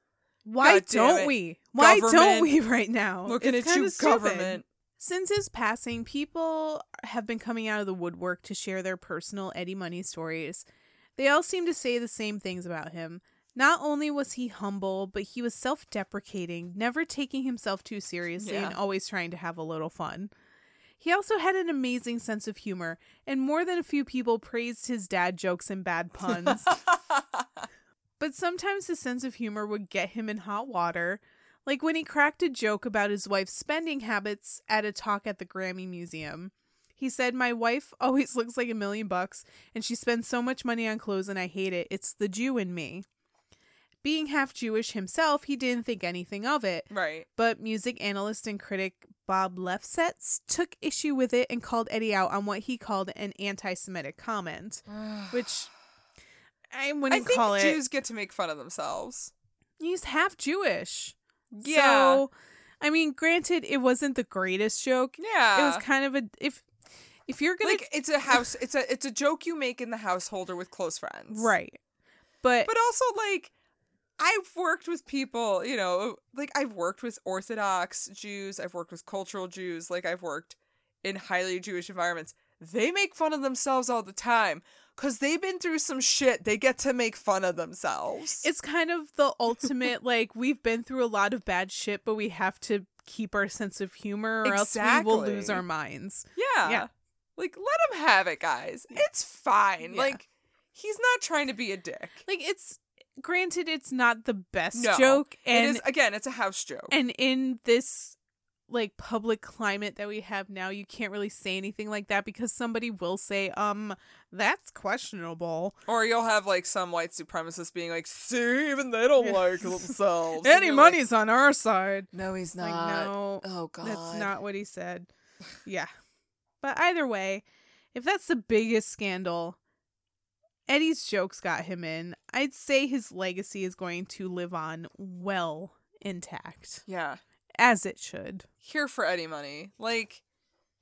[SPEAKER 1] Why
[SPEAKER 2] God damn
[SPEAKER 1] don't
[SPEAKER 2] it.
[SPEAKER 1] we? Why
[SPEAKER 2] Government.
[SPEAKER 1] don't we [laughs] right now?
[SPEAKER 2] looking
[SPEAKER 1] Oh, It's
[SPEAKER 2] at
[SPEAKER 1] kinda
[SPEAKER 2] you
[SPEAKER 1] stupid.
[SPEAKER 2] government
[SPEAKER 1] Since his passing, people have been coming out of the woodwork to share their personal Eddie Money stories. They all seem to say the same things about him. Not only was he humble, but he was self deprecating, never taking himself too seriously,
[SPEAKER 2] Yeah.
[SPEAKER 1] and always trying to have a little fun. He also had an amazing sense of humor, and more than a few people praised his dad jokes and bad puns. But sometimes his sense of humor would get him in hot water, like when he cracked a joke about his wife's spending habits at a talk at the Grammy Museum. He said, My wife [laughs] always looks like a million bucks, and she spends so much money on clothes, and I hate it. It's the Jew in me. Being half Jewish himself, he didn't think anything of it,
[SPEAKER 2] right
[SPEAKER 1] but music analyst and critic Bob Lefsetz took issue with it and called Eddie out on what he called an anti Semitic
[SPEAKER 2] [sighs]
[SPEAKER 1] comment, which I
[SPEAKER 2] i
[SPEAKER 1] wouldn't
[SPEAKER 2] think
[SPEAKER 1] call it.
[SPEAKER 2] jews get to make fun of themselves
[SPEAKER 1] He's half Jewish.
[SPEAKER 2] Yeah.
[SPEAKER 1] So, I mean, granted, it wasn't the greatest joke.
[SPEAKER 2] yeah
[SPEAKER 1] It was kind of a if if you're gonna
[SPEAKER 2] like it's a house it's a it's a joke you make in the household or with close friends
[SPEAKER 1] right, but,
[SPEAKER 2] but also like I've worked with people, you know, like I've worked with Orthodox Jews, I've worked with cultural Jews, like I've worked in highly Jewish environments. They make fun of themselves all the time because they've been through some shit. They get to make fun of themselves.
[SPEAKER 1] it's kind of the
[SPEAKER 2] [laughs]
[SPEAKER 1] ultimate like we've been through a lot of bad shit, but we have to keep our sense of humor or else we will lose
[SPEAKER 2] Exactly.
[SPEAKER 1] our minds.
[SPEAKER 2] yeah.
[SPEAKER 1] yeah.
[SPEAKER 2] Like, let him have it, guys. It's fine.
[SPEAKER 1] Yeah.
[SPEAKER 2] Like, he's not trying to be a dick.
[SPEAKER 1] Like it's granted, it's not the best
[SPEAKER 2] No.
[SPEAKER 1] joke,
[SPEAKER 2] it
[SPEAKER 1] and
[SPEAKER 2] is, again, it's a house joke.
[SPEAKER 1] and in this like public climate that we have now you can't really say anything like that because somebody will say um that's questionable
[SPEAKER 2] or you'll have, like, some white supremacist being like, see, even they don't like themselves. And
[SPEAKER 1] any
[SPEAKER 2] you're like,
[SPEAKER 1] money's on our side
[SPEAKER 2] No, he's
[SPEAKER 1] like no
[SPEAKER 2] Oh god.
[SPEAKER 1] that's not what he
[SPEAKER 2] [sighs]
[SPEAKER 1] said yeah but either way if that's the biggest scandal eddie's jokes got him in i'd say his legacy is going to live on well intact
[SPEAKER 2] Yeah.
[SPEAKER 1] as it should
[SPEAKER 2] Here for Eddie Money. Like,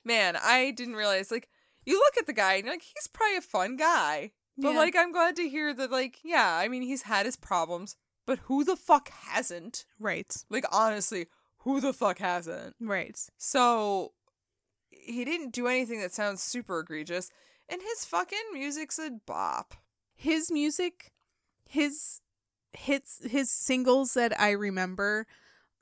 [SPEAKER 2] man, I didn't realize like you look at the guy and you're like, he's probably a fun guy. But
[SPEAKER 1] Yeah.
[SPEAKER 2] like I'm glad to hear that like, yeah, I mean he's had his problems, but who the fuck hasn't?
[SPEAKER 1] right
[SPEAKER 2] Like honestly, who the fuck hasn't?
[SPEAKER 1] right
[SPEAKER 2] So he didn't do anything that sounds super egregious, and his fucking music's a bop.
[SPEAKER 1] his music his hits his singles that i remember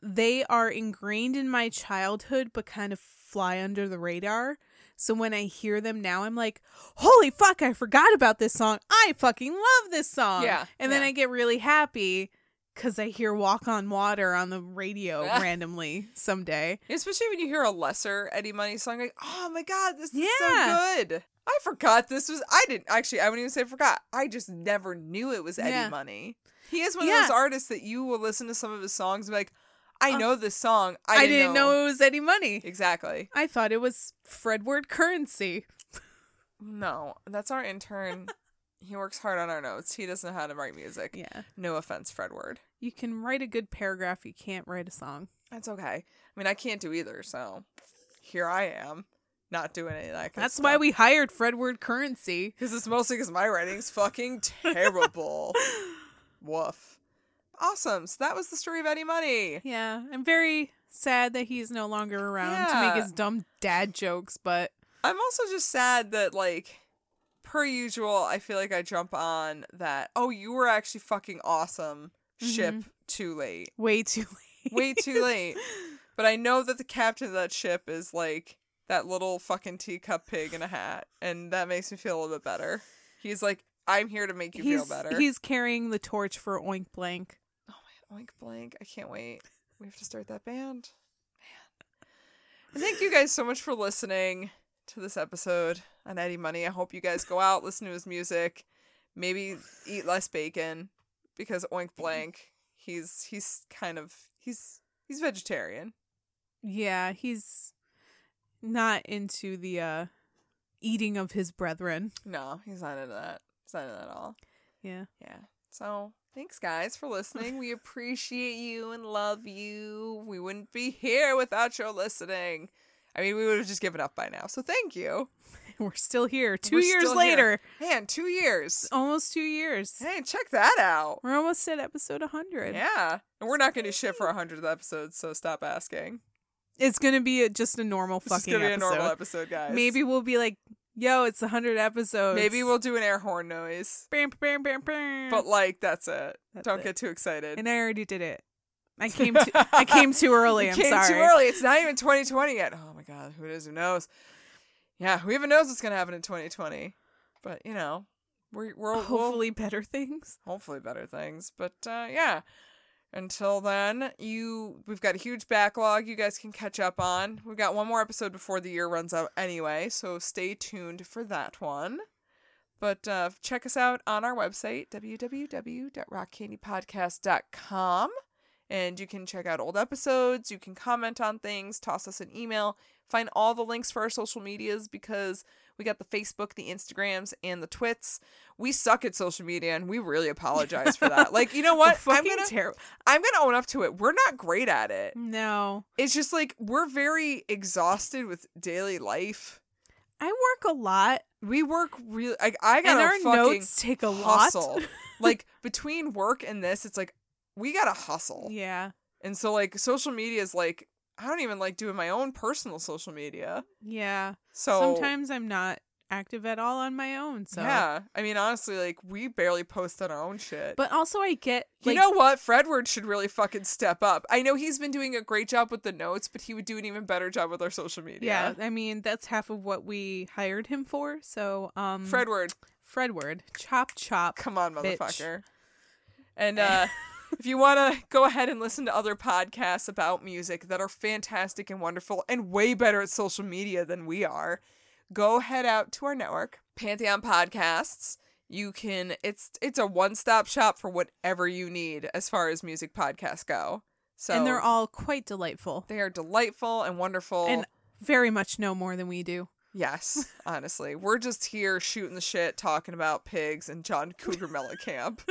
[SPEAKER 1] they are ingrained in my childhood but kind of fly under the radar so when i hear them now i'm like holy fuck i forgot about this song i fucking love this song
[SPEAKER 2] Yeah,
[SPEAKER 1] and then
[SPEAKER 2] yeah.
[SPEAKER 1] i get really happy because I hear Walk on Water on the radio randomly someday.
[SPEAKER 2] Especially when you hear a lesser Eddie Money song, like, oh my God, this is
[SPEAKER 1] Yeah.
[SPEAKER 2] so good. I forgot this was, I didn't, actually, I wouldn't even say forgot. I just never knew it was Eddie
[SPEAKER 1] Yeah.
[SPEAKER 2] Money. He is one
[SPEAKER 1] Yeah.
[SPEAKER 2] of those artists that you will listen to some of his songs and be like, I
[SPEAKER 1] Uh,
[SPEAKER 2] know this song. I
[SPEAKER 1] I,
[SPEAKER 2] didn't,
[SPEAKER 1] didn't know. it was Eddie Money.
[SPEAKER 2] Exactly.
[SPEAKER 1] I thought it was Fredward Currency.
[SPEAKER 2] No, that's our intern. he works hard on our notes. He doesn't know how to write music.
[SPEAKER 1] Yeah.
[SPEAKER 2] No offense, Fred Ward.
[SPEAKER 1] You can write a good paragraph, you can't write a song.
[SPEAKER 2] That's okay. I mean, I can't do either, so here I am, not doing any of that. good
[SPEAKER 1] That's
[SPEAKER 2] stuff.
[SPEAKER 1] why we hired Fredward Currency.
[SPEAKER 2] Because it's mostly because my writing's
[SPEAKER 1] [laughs]
[SPEAKER 2] fucking terrible. Woof. Awesome. So that was the story of Eddie Money.
[SPEAKER 1] Yeah. I'm very sad that he's no longer around to
[SPEAKER 2] Yeah.
[SPEAKER 1] make his dumb dad jokes, but
[SPEAKER 2] I'm also just sad that, like, per usual, I feel like I jump on that, oh, you were actually fucking awesome
[SPEAKER 1] Mm-hmm.
[SPEAKER 2] ship too late.
[SPEAKER 1] way too late.
[SPEAKER 2] Way
[SPEAKER 1] [laughs]
[SPEAKER 2] too late. But I know that the captain of that ship is, like, that little fucking teacup pig in a hat. And that makes me feel a little bit better. He's like, I'm here to make you
[SPEAKER 1] he's,
[SPEAKER 2] feel better.
[SPEAKER 1] he's carrying the torch for Oink Blank.
[SPEAKER 2] Oh, Oink blank. I can't wait. We have to start that band. Man. And thank you guys so much for listening to this episode on Eddie Money. I hope you guys go out, listen to his music, maybe eat less bacon because Oink blank, he's he's kind of he's he's vegetarian.
[SPEAKER 1] Yeah, he's not into the uh eating of his brethren.
[SPEAKER 2] No, he's not into that. He's not into that at all.
[SPEAKER 1] Yeah. [laughs]
[SPEAKER 2] Yeah. So thanks, guys, for listening. We appreciate you and love you. We wouldn't be here without your listening. I mean, we would have just given up by now. So thank you.
[SPEAKER 1] We're still here. 2
[SPEAKER 2] We're
[SPEAKER 1] years
[SPEAKER 2] still here.
[SPEAKER 1] later.
[SPEAKER 2] Man, two years.
[SPEAKER 1] Almost 2 years.
[SPEAKER 2] Hey, check that out.
[SPEAKER 1] We're almost at episode 100.
[SPEAKER 2] Yeah. And we're not going to do shit for 100th episode, so stop asking.
[SPEAKER 1] It's going to be a, just a normal
[SPEAKER 2] It's just
[SPEAKER 1] fucking
[SPEAKER 2] going to be a
[SPEAKER 1] episode.
[SPEAKER 2] normal episode, guys.
[SPEAKER 1] Maybe we'll be like, yo, it's 100 episodes.
[SPEAKER 2] Maybe we'll do an air horn noise.
[SPEAKER 1] Bam, bam, bam, bam.
[SPEAKER 2] But, like, that's it.
[SPEAKER 1] That's
[SPEAKER 2] Don't
[SPEAKER 1] it.
[SPEAKER 2] get too excited.
[SPEAKER 1] and I already did it.
[SPEAKER 2] [laughs]
[SPEAKER 1] I came too, I came too early.
[SPEAKER 2] You [laughs]
[SPEAKER 1] I'm
[SPEAKER 2] came
[SPEAKER 1] sorry.
[SPEAKER 2] too early. It's not even 2020 yet. Oh my god, who does? Who knows? Yeah, who even knows what's gonna happen in 2020? But you know, we're we're we'll-
[SPEAKER 1] Hopefully better things.
[SPEAKER 2] hopefully better things. But uh, yeah, until then, you we've got a huge backlog. You guys can catch up on. We've got one more episode before the year runs out anyway, so stay tuned for that one. But uh, check us out on our website, www.rockcandypodcast.com. And you can check out old episodes. You can comment on things, toss us an email, find all the links for our social medias because we got the Facebook, the Instagrams, and the Twits. We suck at social media and
[SPEAKER 1] [laughs]
[SPEAKER 2] we really apologize for that. like, you know what?
[SPEAKER 1] We're
[SPEAKER 2] I'm
[SPEAKER 1] fucking
[SPEAKER 2] going to
[SPEAKER 1] terrible.
[SPEAKER 2] I'm gonna own up to it. We're not great at it.
[SPEAKER 1] No,
[SPEAKER 2] It's just like we're very exhausted with daily life.
[SPEAKER 1] I work a lot,
[SPEAKER 2] We work really. I, I
[SPEAKER 1] and
[SPEAKER 2] gotta
[SPEAKER 1] our
[SPEAKER 2] fucking
[SPEAKER 1] notes take a
[SPEAKER 2] hustle.
[SPEAKER 1] lot.
[SPEAKER 2] like between work and this, it's like we gotta hustle.
[SPEAKER 1] [laughs] yeah,
[SPEAKER 2] And so like social media is like I don't even like doing my own personal social media.
[SPEAKER 1] yeah.
[SPEAKER 2] So
[SPEAKER 1] Sometimes I'm not active at all on my own. So
[SPEAKER 2] yeah, I mean honestly, like we barely post on our own shit.
[SPEAKER 1] But also, I get
[SPEAKER 2] You
[SPEAKER 1] like
[SPEAKER 2] know what? Fredward should really fucking step up. I know he's been doing a great job with the notes, but he would do an even better job with our social
[SPEAKER 1] yeah.
[SPEAKER 2] media.
[SPEAKER 1] I mean, that's half of what we hired him for. So um,
[SPEAKER 2] Fredward,
[SPEAKER 1] Fredward, chop chop.
[SPEAKER 2] come on,
[SPEAKER 1] Bitch. Eh.
[SPEAKER 2] motherfucker.
[SPEAKER 1] [laughs]
[SPEAKER 2] And uh, if you want to go ahead and listen to other podcasts about music that are fantastic and wonderful and way better at social media than we are, go head out to our network, Pantheon Podcasts. You can it's it's a one-stop shop for whatever you need as far as music podcasts go. So
[SPEAKER 1] and they're all quite delightful.
[SPEAKER 2] They are delightful and wonderful.
[SPEAKER 1] And very much no more than we do.
[SPEAKER 2] yes, honestly, we're just here shooting the shit, talking about pigs and John Cougar
[SPEAKER 1] [laughs]
[SPEAKER 2] Mellencamp.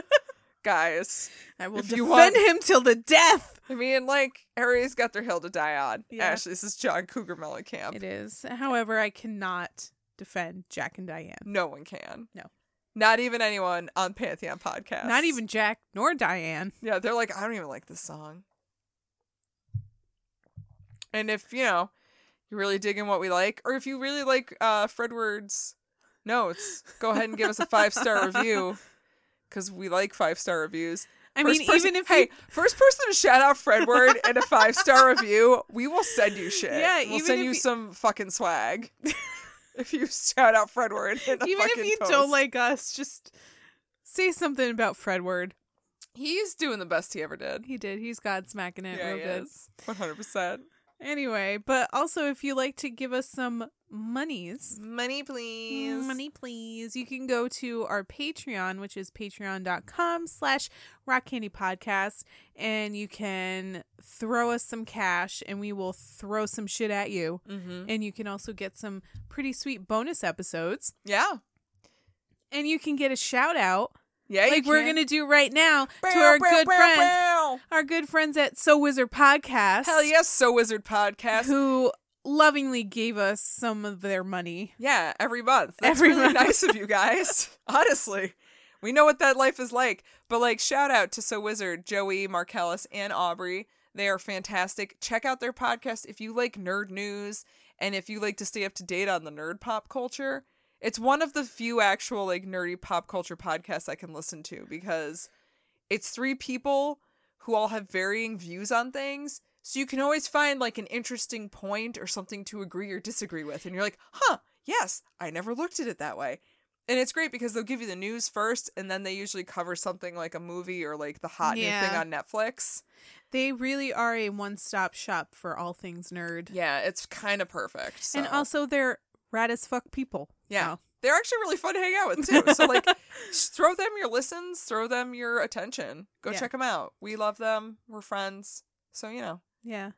[SPEAKER 2] Guys,
[SPEAKER 1] I will
[SPEAKER 2] If
[SPEAKER 1] defend
[SPEAKER 2] you want-
[SPEAKER 1] him till the death.
[SPEAKER 2] I mean, like, everybody's got their hill to die on.
[SPEAKER 1] Yeah.
[SPEAKER 2] Ashley, this is John Cougar Mellencamp.
[SPEAKER 1] It is. However, I cannot defend Jack and Diane.
[SPEAKER 2] No one can.
[SPEAKER 1] No.
[SPEAKER 2] Not even anyone on Pantheon Podcast.
[SPEAKER 1] Not even Jack nor Diane.
[SPEAKER 2] Yeah, they're like, I don't even like this song. And if, you know, you really dig in what we like, or if you really like uh Fredward's notes, go ahead and give us a five star review. Because we like five star reviews.
[SPEAKER 1] I
[SPEAKER 2] First
[SPEAKER 1] mean,
[SPEAKER 2] person-
[SPEAKER 1] even if
[SPEAKER 2] hey,
[SPEAKER 1] you-
[SPEAKER 2] first person to shout out Fredward and a five star review, we will send you shit.
[SPEAKER 1] Yeah,
[SPEAKER 2] we'll
[SPEAKER 1] even
[SPEAKER 2] send
[SPEAKER 1] if
[SPEAKER 2] you
[SPEAKER 1] you-
[SPEAKER 2] some fucking swag [laughs] if you shout out Fredward. In a
[SPEAKER 1] even if
[SPEAKER 2] fucking
[SPEAKER 1] you
[SPEAKER 2] post.
[SPEAKER 1] don't like us, just say something about Fredward.
[SPEAKER 2] He's doing the best he ever did.
[SPEAKER 1] He did. He's God smacking it
[SPEAKER 2] Yeah,
[SPEAKER 1] real
[SPEAKER 2] he
[SPEAKER 1] good.
[SPEAKER 2] is. 100%.
[SPEAKER 1] Anyway, but also if you like to give us some monies,
[SPEAKER 2] Money, please.
[SPEAKER 1] money please, you can go to our Patreon, which is patreon.com slash rock candy podcast, and you can throw us some cash and we will throw some shit at you.
[SPEAKER 2] Mm-hmm.
[SPEAKER 1] And you can also get some pretty sweet bonus episodes.
[SPEAKER 2] Yeah.
[SPEAKER 1] And you can get a shout out
[SPEAKER 2] Yeah.
[SPEAKER 1] like we're gonna do right now to
[SPEAKER 2] Bow,
[SPEAKER 1] our
[SPEAKER 2] bow,
[SPEAKER 1] good
[SPEAKER 2] bow,
[SPEAKER 1] friends,
[SPEAKER 2] bow.
[SPEAKER 1] our good friends at So Wizard Podcast.
[SPEAKER 2] Hell yes, So Wizard [laughs] Podcast.
[SPEAKER 1] who lovingly gave us some of their money.
[SPEAKER 2] Yeah, every month. That's
[SPEAKER 1] Every
[SPEAKER 2] really
[SPEAKER 1] month.
[SPEAKER 2] nice of you guys. [laughs] Honestly. We know what that life is like. But like shout out to So Wizard, Joey, Marcellus, and Aubrey. They are fantastic. Check out their podcast if you like nerd news and if you like to stay up to date on the nerd pop culture. It's one of the few actual like nerdy pop culture podcasts I can listen to because it's three people who all have varying views on things. So you can always find like an interesting point or something to agree or disagree with. And you're like, huh, yes, I never looked at it that way. And it's great because they'll give you the news first and then they usually cover something like a movie or like the hot new thing
[SPEAKER 1] Yeah.
[SPEAKER 2] on Netflix.
[SPEAKER 1] They really are a one-stop shop for all things nerd,
[SPEAKER 2] Yeah, it's kind of perfect. So.
[SPEAKER 1] and also they're rad as fuck people.
[SPEAKER 2] Yeah.
[SPEAKER 1] So,
[SPEAKER 2] They're actually really fun to hang out [laughs] with too. So like just throw them your listens, throw them your attention. Go
[SPEAKER 1] Yeah.
[SPEAKER 2] check them out. We love them. We're friends. So you know.
[SPEAKER 1] yeah.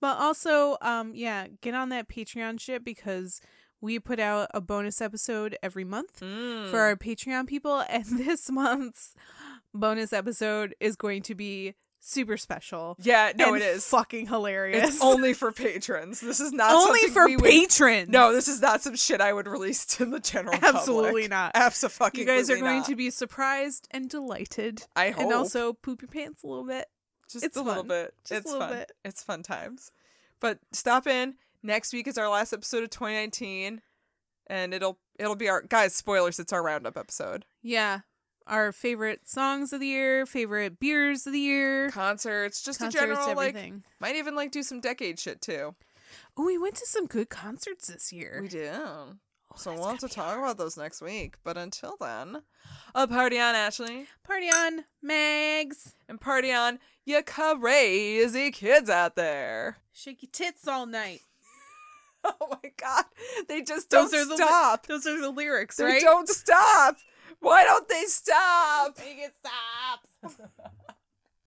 [SPEAKER 1] But also, um, yeah, get on that Patreon shit because we put out a bonus episode every month
[SPEAKER 2] Hmm. Mm-hmm.
[SPEAKER 1] for our Patreon people, [laughs] and this month's bonus episode is going to be super special.
[SPEAKER 2] yeah, no,
[SPEAKER 1] and
[SPEAKER 2] it is.
[SPEAKER 1] fucking hilarious. [laughs]
[SPEAKER 2] It's only for patrons. This is not
[SPEAKER 1] Only
[SPEAKER 2] something
[SPEAKER 1] for
[SPEAKER 2] we would-
[SPEAKER 1] patrons.
[SPEAKER 2] No, this is not some shit I would release to the general public.
[SPEAKER 1] Absolutely not.
[SPEAKER 2] Absolutely.
[SPEAKER 1] you guys are going to be surprised and delighted,
[SPEAKER 2] I hope.
[SPEAKER 1] and also poop your pants a little bit.
[SPEAKER 2] just
[SPEAKER 1] It's
[SPEAKER 2] a little
[SPEAKER 1] fun.
[SPEAKER 2] bit.
[SPEAKER 1] Just a
[SPEAKER 2] it's
[SPEAKER 1] little
[SPEAKER 2] fun.
[SPEAKER 1] bit.
[SPEAKER 2] It's fun times. But stop in. Next week is our last episode of 2019, and it'll it'll be our guys. Spoilers. It's our roundup episode.
[SPEAKER 1] Yeah, our favorite songs of the year, favorite beers of the year,
[SPEAKER 2] Concerts, just
[SPEAKER 1] concerts,
[SPEAKER 2] a general like.
[SPEAKER 1] everything.
[SPEAKER 2] Might even like do some decade shit too.
[SPEAKER 1] oh, we went to some good concerts this year.
[SPEAKER 2] We do.
[SPEAKER 1] Oh,
[SPEAKER 2] So
[SPEAKER 1] that's
[SPEAKER 2] we'll have to talk about those next week. But until then, a party on, Ashley,
[SPEAKER 1] Party on, Mags!
[SPEAKER 2] and party on, you crazy kids out there. [laughs]
[SPEAKER 1] Shake your tits all night.
[SPEAKER 2] Oh my god, they just don't
[SPEAKER 1] those are the
[SPEAKER 2] stop.
[SPEAKER 1] Li- those are the lyrics,
[SPEAKER 2] They
[SPEAKER 1] right?
[SPEAKER 2] [laughs] don't stop. Why don't they stop? Make it stop.